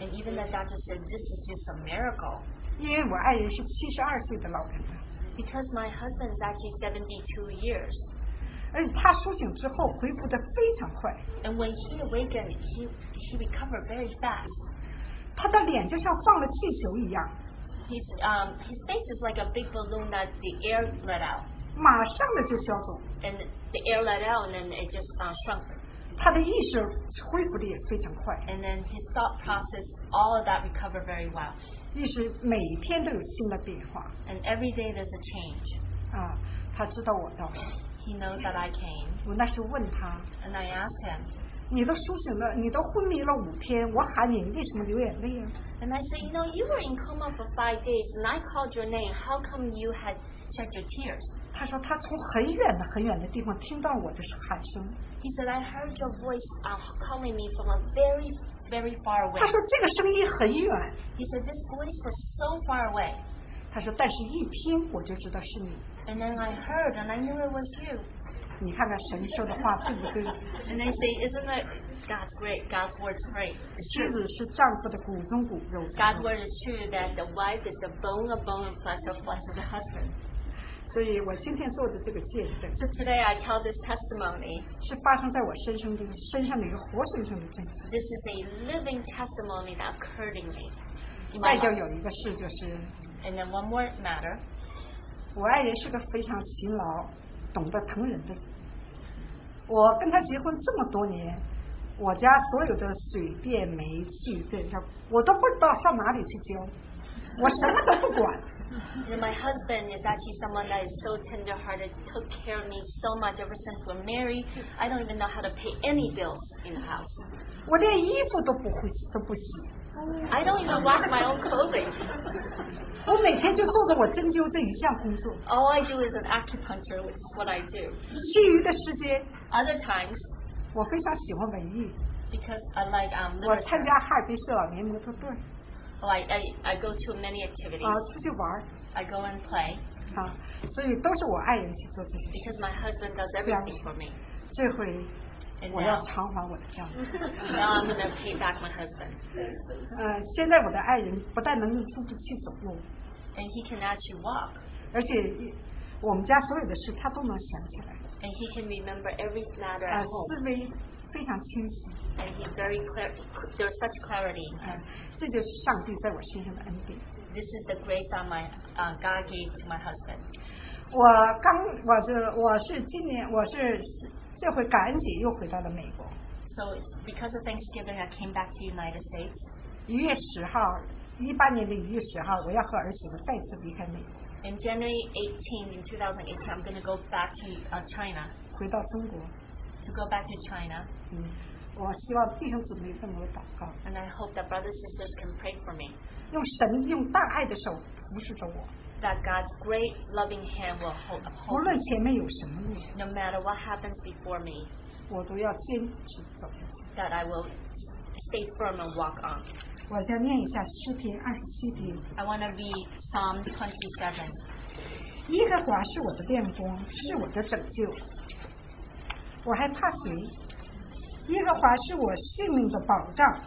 and even the doctor said this is just a miracle
因为我爱人是七十二岁的老人了，
because my husband is actually 72 years,
而且他苏醒之后恢复的非常快，
and when he awakened, he he recovered very fast.
他的脸就像放了气球一样，
His um, his face is like a big balloon that the air let out,
马上的就消肿，
and the air let out, and then it just uh, shrunk.
他的意识恢复的也非常快，
and then his thought process, all of that recovered very well.
意识每天都有新的变化
And every day there's a change.
啊。他知道我到了，
He knows that I came,
我那时候问他，
and I asked him,
你都苏醒了，你都昏迷了五天，我喊你，你为什么流眼泪啊？
and I said, you know, you were in coma for five days, and I called your name. How come you had shed your tears?
他说他从很远的很远的地方听到我的喊声，
He said, I heard your voice uh, calling me from a very, very far away.
他说这个声音很远，
He said, this voice was so far away.
他说但是一听我就知道是你。
And then I heard, and I knew it was you.
你看看神说的话对不对？
And they say, isn't that God's great? God's word's great.
妻子是丈夫的骨中骨肉之
God's
肉，
word is true that the wife is the bone of bone and flesh of flesh of the husband.
所以我今天做的这个见证
So today I tell this testimony.
是发生在我身上的身上的一个活生生的见证。
This is a living testimony that occurred in me. in my
外头
life.
有一个事就是，
And then one more matter.
我爱人是个非常勤劳、懂得疼人的人。我跟他结婚这么多年，我家所有的水电煤气这些，我都不知道上哪里去交，我什么都不管。
And my husband is actually someone that is so tenderhearted, took care of me so much ever since we're married. I don't even know how to pay any bills in the house.
我连衣服都不会都不洗，
I don't even wash my own clothing.
我每天就做着我针灸这一项工作，
All I do is an acupuncture, which is what I do.
其余的时间
Other times,
我非常喜欢文艺，
because I like um,
我参
literature,
加哈尔滨市老年模特队
oh, I, I, I go to many activities.
啊，出去玩儿
I go and play
啊，所以都是我爱人去做这些事。
because my husband does everything for me.
这回
And
我要
now,
偿还我的账。
now I'm going to pay back my husband.
呃，现在我的爱人不但能用出不去走路，
And he can actually walk.
而且我们家所有的事他都能想起来，
And he can remember every matter
啊、
at home.
思维非常清晰。
And he's very clear. There's such clarity.
啊、这就是上帝在我身上的恩典。
This is the grace that my uh, God gave to my husband.
我刚我是我是今年我是是这回感恩节又回到了美国，
So because of Thanksgiving, I came back to United States.
一月十号，一八年的一月十号，我要和儿媳妇再次离开美国，
In January 18, in 2018, I'm going to go back to uh, China.
回到中国。
To go back to China,
嗯，我希望弟兄姊妹为我祷告，
and I hope that brothers and sisters can pray for me.
用神用大爱的手扶持着我，
That God's great loving hand will hold
无
uphold
论
me.
前面有什么路，
No matter what happens before me,
我都要坚持走下去。
that I will stay firm and walk on.
我先念一下诗篇二十七篇：
I want to read Psalm 27.
耶和华是我的亮光，是我的拯救，我还怕谁？耶和华是我性命的保障，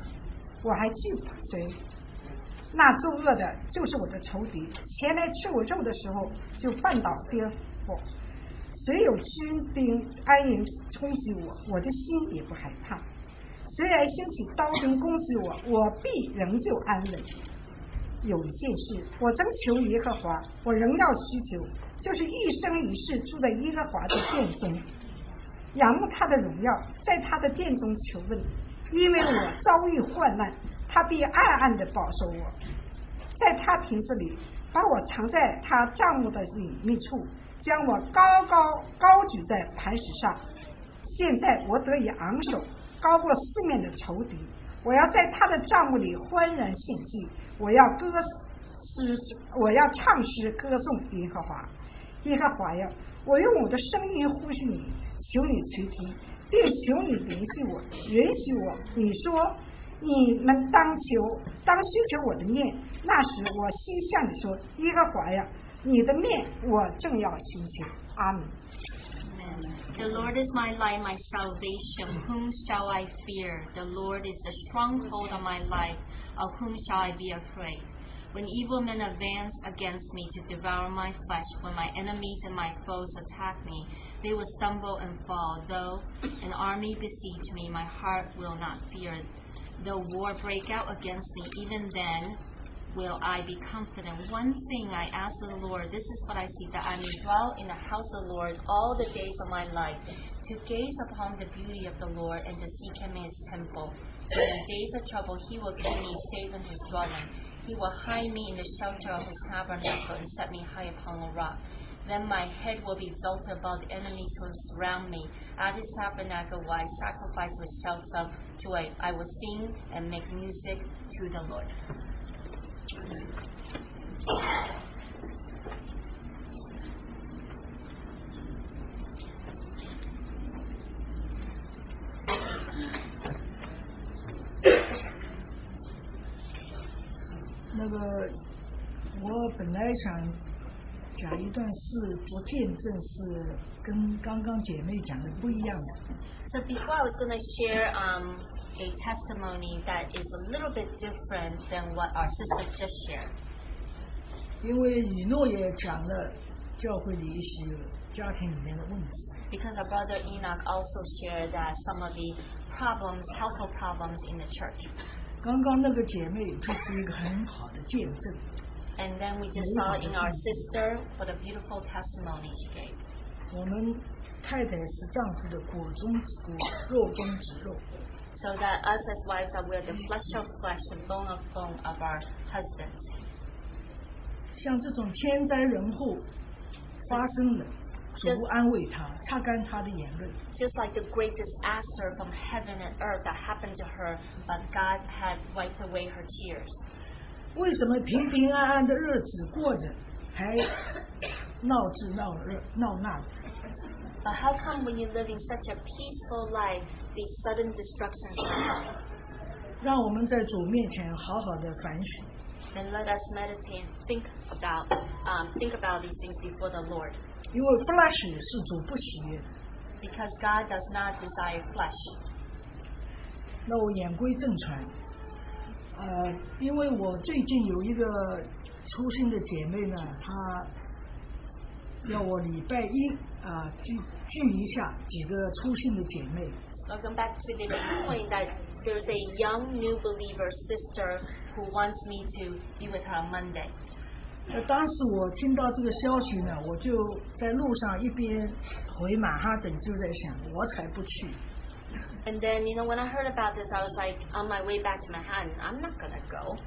我还惧怕谁？那作恶的，就是我的仇敌，前来吃我肉的时候，就绊倒跌我。虽有军兵安营冲击我，我的心也不害怕；虽然兴起刀兵攻击我，我必仍旧安稳。有一件事，我征求耶和华，我仍要需求，就是一生一世住在耶和华的殿中，仰慕他的荣耀，在他的殿中求问，因为我遭遇患难，他必暗暗的保守我，在他亭子里把我藏在他帐幕的隐秘处，将我高高高举在磐石上。现在我得以昂首，高过四面的仇敌。我要在他的帐幕里欢然献祭，我要歌诗，我要唱诗歌颂耶和华。耶和华呀，我用我的声音呼吁你，求你垂听，并求你怜恤我，允许我。你说，你们当求，当需求我的面，那时我心向你说，耶和华呀，你的面我正要寻求。阿门。
Amen. The Lord is my light, my salvation. Whom shall I fear? The Lord is the stronghold of my life. Of whom shall I be afraid? When evil men advance against me to devour my flesh, when my enemies and my foes attack me, they will stumble and fall. Though an army besiege me, my heart will not fear. Though war break out against me, even then will I be confident. One thing I ask of the Lord, this is what I see, that I may dwell in the house of the Lord all the days of my life, to gaze upon the beauty of the Lord and to seek him in his temple. For in days of trouble he will keep me safe in his dwelling. He will hide me in the shelter of his tabernacle and set me high upon a rock. Then my head will be exalted above the enemies who surround me. At his tabernacle will I sacrifice with shouts of joy. I will sing and make music to the Lord.
那个，我本来想讲一段是做见证，是跟刚刚姐妹讲的不一样的。
So before I was going to share um, a testimony that is a little bit different than what our sister just shared,
因为以诺也讲了教会里一些家庭里面的问题，
because our brother Enoch also shared that some of the problems, household problems in the church.
刚刚那个姐妹就是一个很好的见证。
And then we just saw in our sister what a beautiful testimony she gave.
我们太太是丈夫的果中之果，肉中之肉。
So that us as wives are we're the flesh of flesh and bone of bone of our husbands.
像这种天灾人祸发生了，主安慰他，擦干他的眼泪。
Just like the great disaster from heaven and earth that happened to her, but God had wiped away her tears.
为什么平平安安的日子过着，还闹智闹热闹那？
But how come when you're living such a peaceful life, these sudden destructions come?
让我们在主面前好好的反省。
Then let us meditate and think about um, think about these things before the Lord,
因为 flash 是主不喜悦的。
because God does not desire flesh.
那我言归正传，呃，因为我最近有一个出生的姐妹呢，她要我礼拜一啊、聚聚一下几个出生的姐妹，
Welcome back to the main point that there's a young new believer sister who wants me to be with her on Monday.
那当时我听到这个消息呢，我就在路上一边回马哈顿就在想，我才不去。
And then, you know, when I heard about this, I was like, on my way back to Manhattan, I'm not gonna go.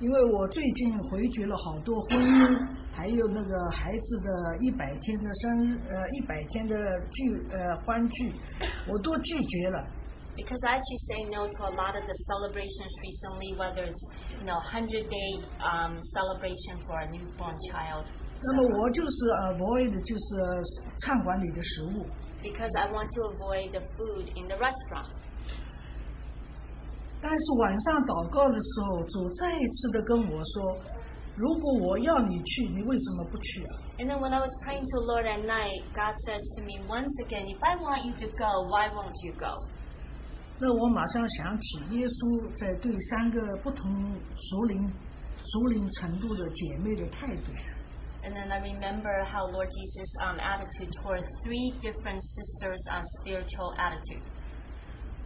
因为我最近回绝了好多婚姻，还有那个孩子的一百天的生日，呃，一百天的聚呃欢聚，我都拒绝了。
Because I actually say no to a lot of the celebrations recently, whether it's, you know, 100 day um, celebration for a newborn child.
那么我就是呃 avoid 就是餐馆里的食物，
Because I want to avoid the food in the restaurant.
但是晚上祷告的时候，主再一次的跟我说，如果我要你去，你为什么不去啊？
And then when I was praying to the Lord at night, God says to me once again, if I want you to go, why won't you go?
那我马上想起耶稣在对三个不同熟龄、熟龄程度的姐妹的态度。
And then I remember how Lord Jesus' um, attitude towards three different sisters' um, spiritual attitude.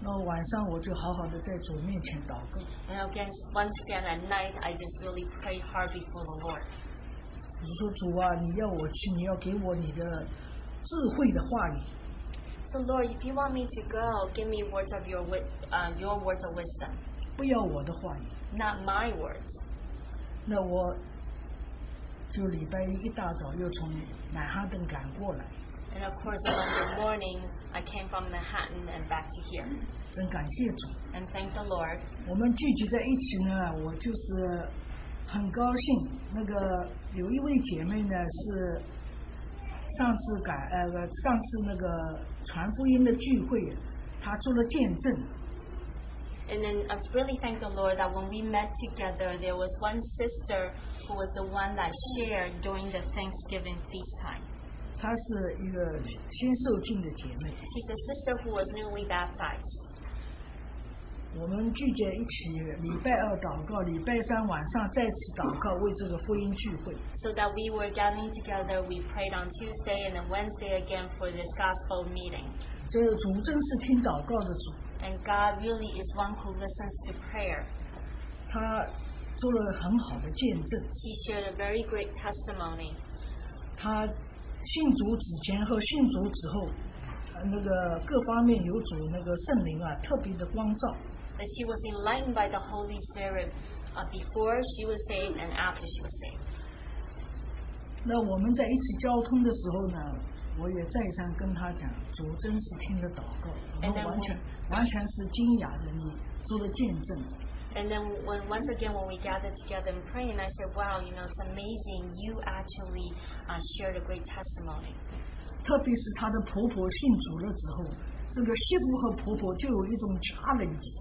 那晚上我就好好的在主面前祷告，
And again, once again at night, I just really pray hard before the Lord.
我说主啊，你要我去，你要给我你的智慧的话语，
So Lord, if you want me to go, give me words of your wi- uh, your words of wisdom,
不要我的话语。
not my words.
那我就礼拜一一大早又从曼哈顿赶过来，
And of course, on Monday morning, I came from Manhattan and back to here.
真感谢主。
And thank the Lord.
我们聚集在一起呢，我就是很高兴。那个有一位姐妹呢是上次感呃上次那个传福音的聚会，她做了见证。
And then I really thank the Lord that when we met together, there was one sister who was the one that shared during the Thanksgiving feast time.
她是一个新受浸的姐妹，
She's a sister who was newly baptized.
我们聚在一起，礼拜二祷告，礼拜三晚上再次祷告，为这个福音聚会。
So that we were gathering together, we prayed on Tuesday and then Wednesday again for this gospel meeting.
这个主真是听祷告的主，
And God really is one who listens to prayer.
他做了很好的见证。
She shared a very great testimony.
他信主之前和信主之后，呃那个各方面有主那个圣灵啊特别的光照。
That she was enlightened by the Holy Spirit uh, before she was saved and after she was saved.
那我们在一起交通的时候呢，我也再三跟他讲，主真是听了祷告，我
And
们
then
完全完全是惊讶的，你做了见证。
And then when once again when we gathered together and praying, I said, "Wow, you know, it's amazing. You actually uh, shared a great testimony."
特别是她的婆婆信主了之后，这个媳妇和婆婆就有一种 challenge，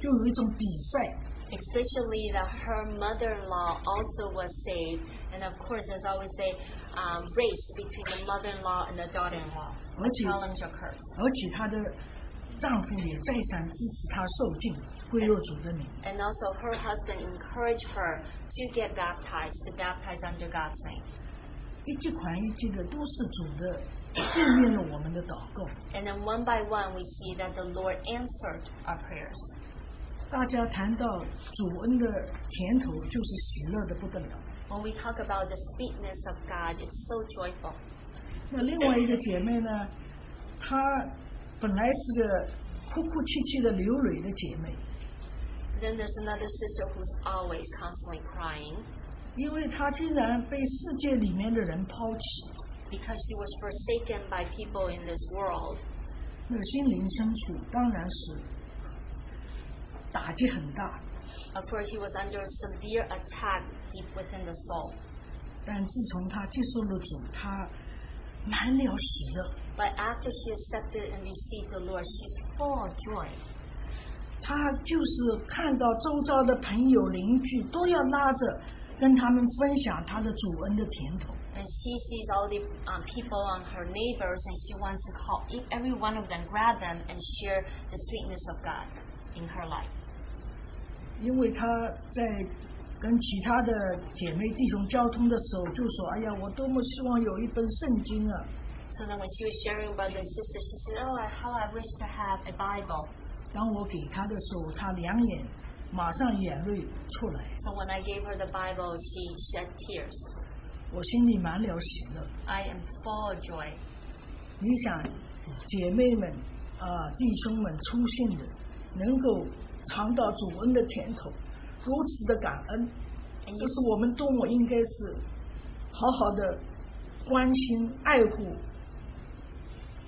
就有一种比赛。
Especially that her mother-in-law also was saved, and of course, there's always a um, race between the mother-in-law and the daughter-in-law.
Aren't
A
you-
challenge occurs,
而且她的丈夫也再三支持她受浸，归入主的名。
and also her husband encouraged her to get baptized, to baptize under God's name.
一句款一句的都是主的应验了我们的祷告。
And then one by one, we see that the Lord answered our prayers.
大家谈到主恩的甜头，就是喜乐的不得了。
When we talk about the sweetness of God, it's so joyful.
那另外一个姐妹呢，她本来是个哭哭泣泣的流泪的姐妹，
Then there's another sister who's always constantly crying.
因为她竟然被世界里面的人抛弃。
because she was forsaken by people in this world.
那个心灵深处当然是打击很大，
Of course, she was under severe attack deep within the soul.
但自从她接受了主，她满了喜乐，
But after she accepted and received the Lord, she's full of joy.
她就是看到周遭的朋友邻居都要拉着跟他们分享她的主恩的甜头。
And she sees all the um, people on her neighbors, and she wants to call each, every one of them, grab them, and share the sweetness of God in her life.
因为她在跟其他的姐妹弟兄交通的时候，就说：“哎呀，我多么希望有一本圣经啊
So then, when she was sharing with the sister, she said, "Oh, I, how I wish to have a Bible." !”
当我给她的时候，她两眼马上眼泪出来，
So when I gave her the Bible, she shed tears.
我心里满了喜乐。
I am full of joy.
你想，姐妹们啊、弟兄们出信的，能够尝到主恩的甜头，如此的感恩，
And
这
you,
是我们多么应该是好好的关心爱护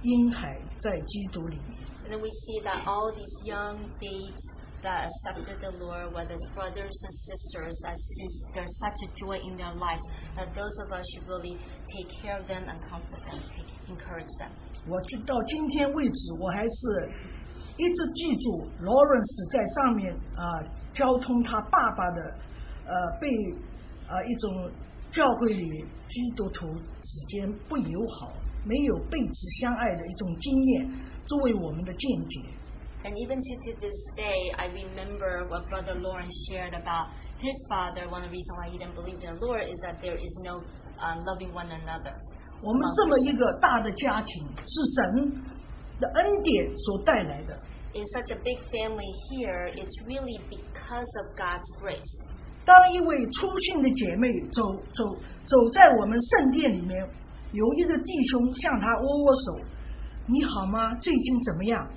婴孩在基督里面。
and then we see that all these young babes that accepted the Lord, whether it's brothers and sisters, that is- there's such a joy in their lives that those of us should really take care of them and comfort them, take, encourage them.
我直到今天为止，我还是一直记住 Lawrence 在上面啊、交通他爸爸的呃被呃一种教会里基督徒之间不友好、没有彼此相爱的一种经验，作为我们的见解。
And even to, to this day, I remember what Brother Lawrence shared about his father. One of the reasons why he didn't believe in the Lord is that there is no uh, loving one another.
我们这么一个大的家庭是神的恩典所带来的，
In such a big family here, it's really because of God's grace.
当一位出信的姐妹走走走在我们圣殿里面，有一个弟兄向她握握手，你好吗？最近怎么样？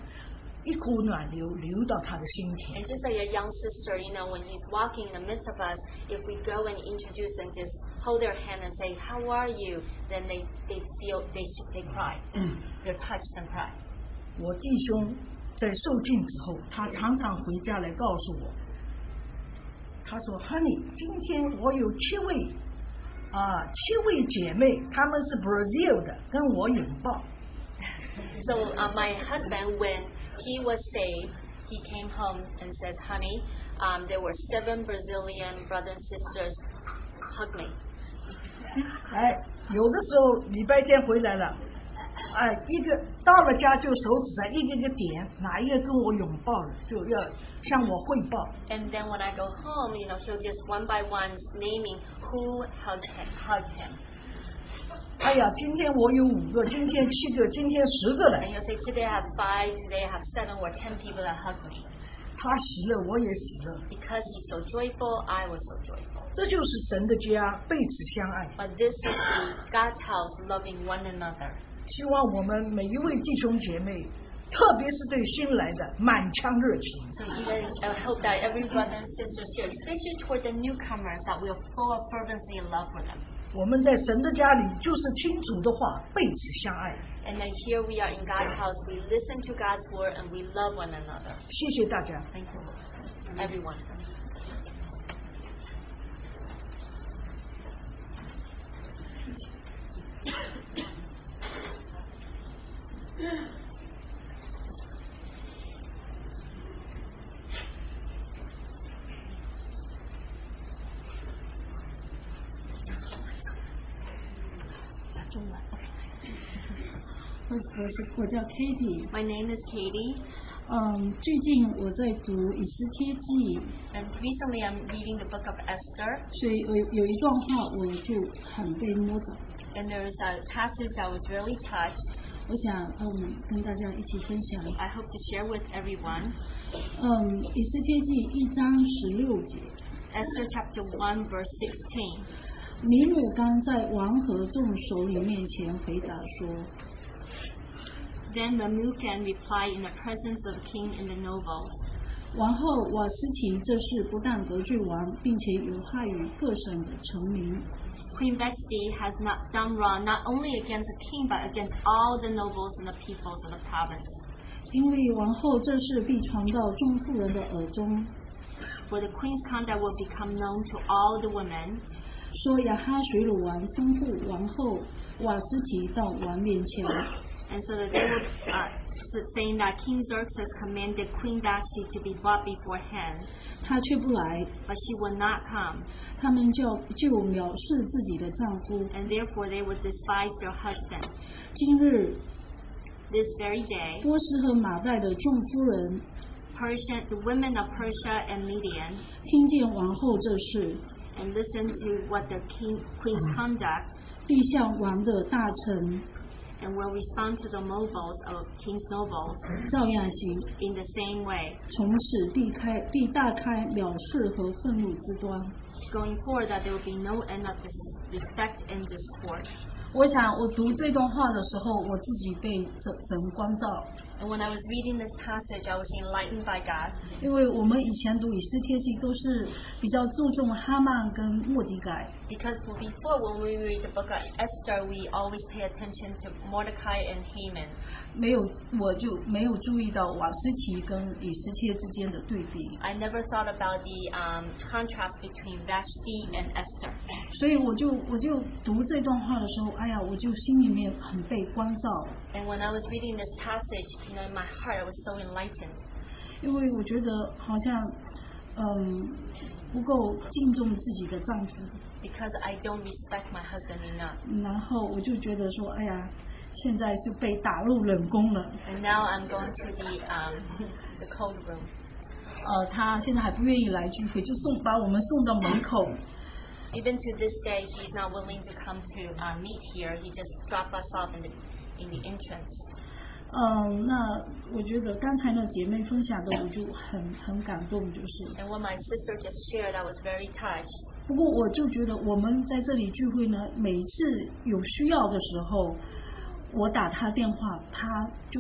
一股暖流流到她的心
And
田。
just like a young sister, you know, when he's walking in the midst of us, if we go and introduce and just hold their hand and say, "How are you?" then they they feel they sh- they cry. They're touched and cry.
我弟兄在受浸之后，他常常回家来告诉我，他说：“Honey，今天我有七位啊，七位姐妹，她们是 Brazil 的，跟我拥抱。”
So uh, my husband, when he was saved, he came home and said, "Honey, um, there were seven Brazilian brothers and sisters hug me."
哎，有的时候礼拜天回来了，哎，一个到了家就手指上一个一个点，哪一个跟我拥抱了，就要向我汇报。
And then when I go home, you know, he'll just one by one naming who hugged him, hugged him.
哎呀，今天我有五个，今天七个，今天十个了
And，he'll say, today I have five, today I have seven or ten people that hug me.
他喜乐，我也喜乐，
Because he's so joyful, I was so joyful.
这就是神的家，彼此相爱。
But this is the God's house loving one another.
希望我们每一位弟兄姐妹，特别是对新来的，满腔热情。
So even I hope that every brother and sister here, especially toward the newcomers, that we're full of fervency and love for them.
我们在神的家里就是听主的话，彼此相爱。
And then here we are in God's house, we listen to God's word and we love one another.
谢谢大家。
Thank you, Lord. Everyone.
First，我叫 Katie。
My name is Katie,
嗯，最近我在读以斯帖记，
and recently I'm reading the book of Esther.
所以我有一段话我就很被摸着。
And there's a passage I was really touched.
我想嗯跟大家一起分享。
I hope to share with everyone.
嗯，以斯帖记一章十六节，
Esther chapter 1, verse 16.
米鲁干在王和众首领面前回答说
Then Memucan replied in the presence of the king and the nobles：“
王后瓦斯奇这事不但得罪王，并且有害于各省的臣民。
Queen Vashti has not done wrong not only against the king but against all the nobles and the peoples of the province.
因为王后这事必传到众妇人的耳中，
For the queen's conduct will become known to all the women,
说亚哈水鲁王吩咐王后瓦斯提到王面前，
and so that they will uh, s- saying that King Xerxes commanded Queen Vashti to be brought beforehand,
她却不来，
but she would not come,
他们就就藐视自己的丈夫。
and therefore they would despise their husband.
今日
This very day,
波斯和马代的众夫人
Persian, the women of Persia and Median,
听见王后这事，
and listened to what the king, queen's conduct,
必向王的大臣
and will respond to the nobles of king's nobles
照样行，
in the same way.
从此必开必大开藐视和愤怒之端。
Going forward, that there will be no end of disrespect and discord.
我想，我读这段话的时候，我自己被神神光照，
And when I was reading this passage, I was enlightened by God
因为我们以前读以斯帖记都是比较注重哈曼跟莫迪改，
because before, when we read the book of Esther, we always pay attention to Mordecai and Haman,
没有我就没有注意到瓦斯奇跟以斯帖之间的对比，
I never thought about the um, contrast between Vashti and Esther.
所以我就我就读这段话的时候，哎呀，我就心里面很被光照，
And when I was reading this passage, you know, in my heart, I was so enlightened
因为我觉得好像嗯不够敬重自己的丈夫，
because I don't respect my husband enough.
然后我就觉得说，哎呀，现在是被打入冷宫了。
And now I'm going to the um, the cold room.
呃，他现在还不愿意来聚会，就送把我们送到门口。
Even to this day, he's not willing to come to uh, meet here. He just dropped us off in the in the entrance.
嗯，那我觉得刚才那姐妹分享的，我就很很感动，就是。
And what my sister just shared, I was very touched.
不过我就觉得我们在这里聚会呢，每次有需要的时候，我打他电话，他就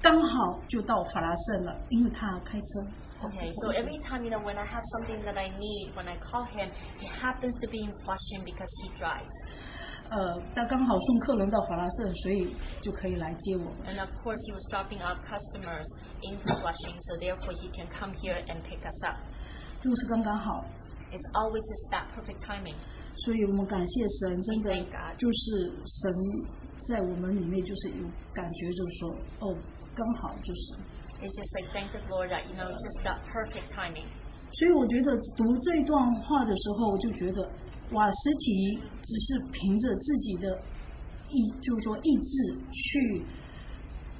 刚好就到法拉盛了，因为他开车。
Okay, so every time you know when I have something that I need, when I call him, he happens to be in Flushing because he drives.
呃，他刚好送客人到法拉盛，所以就可以来接我们。
And of course, he was dropping off customers in Flushing, so therefore he can come here and pick us up.
就是刚刚好，
It's always just that perfect timing.
所以我们感谢神，真的
Thank God.
就是神在我们里面就是有感觉，就是说哦，刚好就是。
It's just like thank the Lord that you know it's just that perfect timing.
所以我觉得读这段话的时候，我就觉得瓦斯提只是凭着自己的意，就是说意志去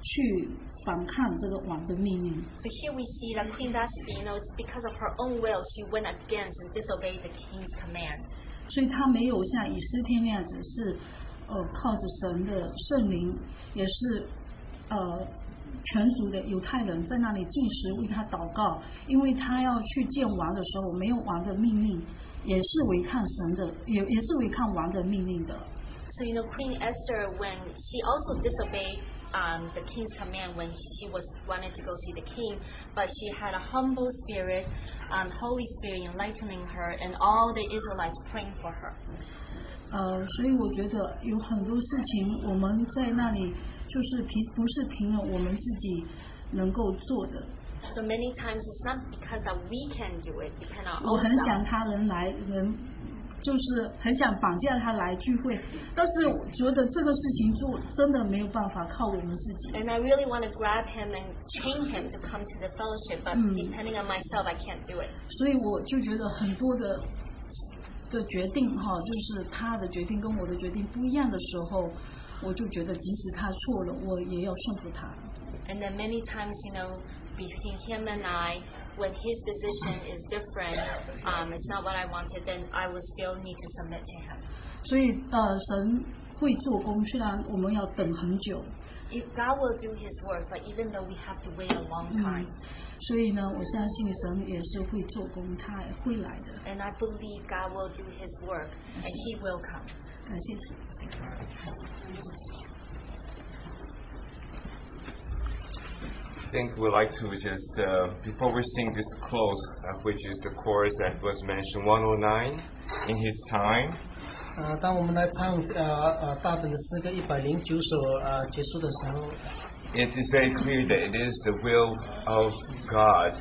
去反抗这个王的命令。
So here we see that Queen Vashti, you know, it's because of her own will she went against and disobeyed the king's command.
所以他没有像以斯帖那样子是，呃，靠着神的圣灵，也是，呃，全族的犹太人在那里进食为他祷告，因为他要去见王的时候，没有王的命令，也是违抗神的，也也是违抗王的命令的。
So you know, Queen Esther, when she also disobeyed um, the king's command when she was wanted to go see the king, but she had a humble spirit, um, Holy Spirit enlightening her, and all the Israelites praying for her.
呃，所以我觉得有很多事情我们在那里就是凭不是凭了我们自己能够做的，
So many times it's not because that we can do it, depend on
我
our
很
own
想
self.
他能来，能就是很想绑架他来聚会，但是我觉得这个事情做真的没有办法靠我们自己。
And I really want to grab him and chain him to come to the fellowship, but
Mm.
depending on myself, I can't do it.
所以我就觉得很多的的决定哈，就是他的决定跟我的决定不一样的时候，我就觉得即使他错了，我也要顺服他。
And then many times, you know, between him and I, when his decision is different, um, it's not what I wanted, then I will still need to submit to him.
所以呃，神会做工，虽然我们要等很久，
If God will do his work, but even though we have to wait a long
Mm-hmm.
time,
所以呢，我相信神也是会做工，他也会来的。
and I believe God will do his work, and he will come.
感谢神。
think we like to just, uh, before we sing this close, uh, which is the chorus that was mentioned, 109, in his time.
呃，当我们来唱呃呃大本的诗歌一百零九首呃结束的时候，
It is very clear that it is the will of God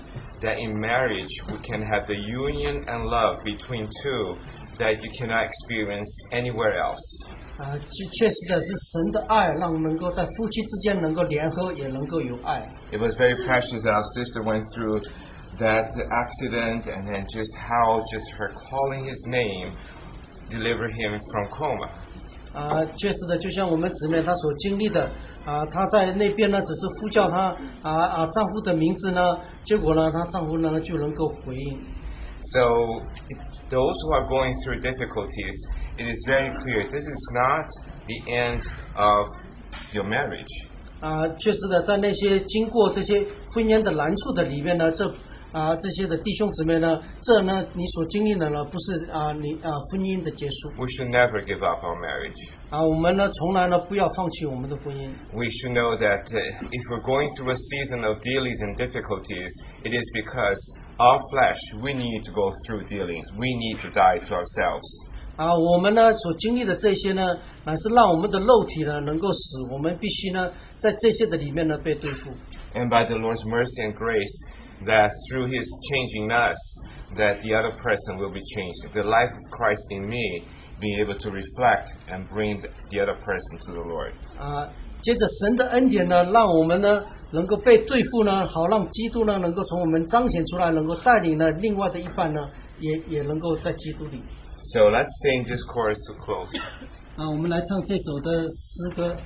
that in marriage we can have the union and love between two that you cannot experience anywhere else.
呃，确确实的是神的爱，让能够在夫妻之间能够联合，也能够有爱。
It was very precious that our sister went through that accident and then just how just her calling his name delivered him from coma.
啊、确实的，就像我们姊妹她所经历的，啊、她在那边呢，只是呼叫她啊啊丈夫的名字呢，结果呢，她丈夫呢就能够回应。
So those who are going through difficulties, it is very clear this is not the end of your marriage.
啊、确实的，在那些经过这些婚姻的难处的里面呢，这啊、这些的弟兄姊妹呢，这呢你所经历的呢，不是啊、你啊、婚姻的结束
We should never give up our marriage.
啊、我们呢从来呢不要放弃我们的婚姻。
We should know that uh, if we're going through a season of dealings and difficulties, it is because our flesh, we need to go through dealings. We need to die to ourselves.
啊，我们呢所经历的这些呢，乃是让我们的肉体呢能够死，我们必须呢在这些的里面呢被对付。
And by the Lord's mercy and grace, that through His changing us, that the other person will be changed. The life of Christ in me, being able to reflect and bring the other person to the Lord.
啊，接着神的恩典呢，让我们呢能够被对付呢，好让基督呢能够从我们彰显出来，能够带领呢另外的一半呢，也也能够在基督里。
So let's sing this chorus to close.
啊，我们来唱这首的诗歌。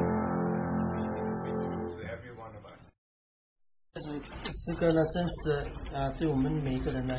To every one of us.
这首诗歌呢，真实的啊、呃对我们每一个人呢，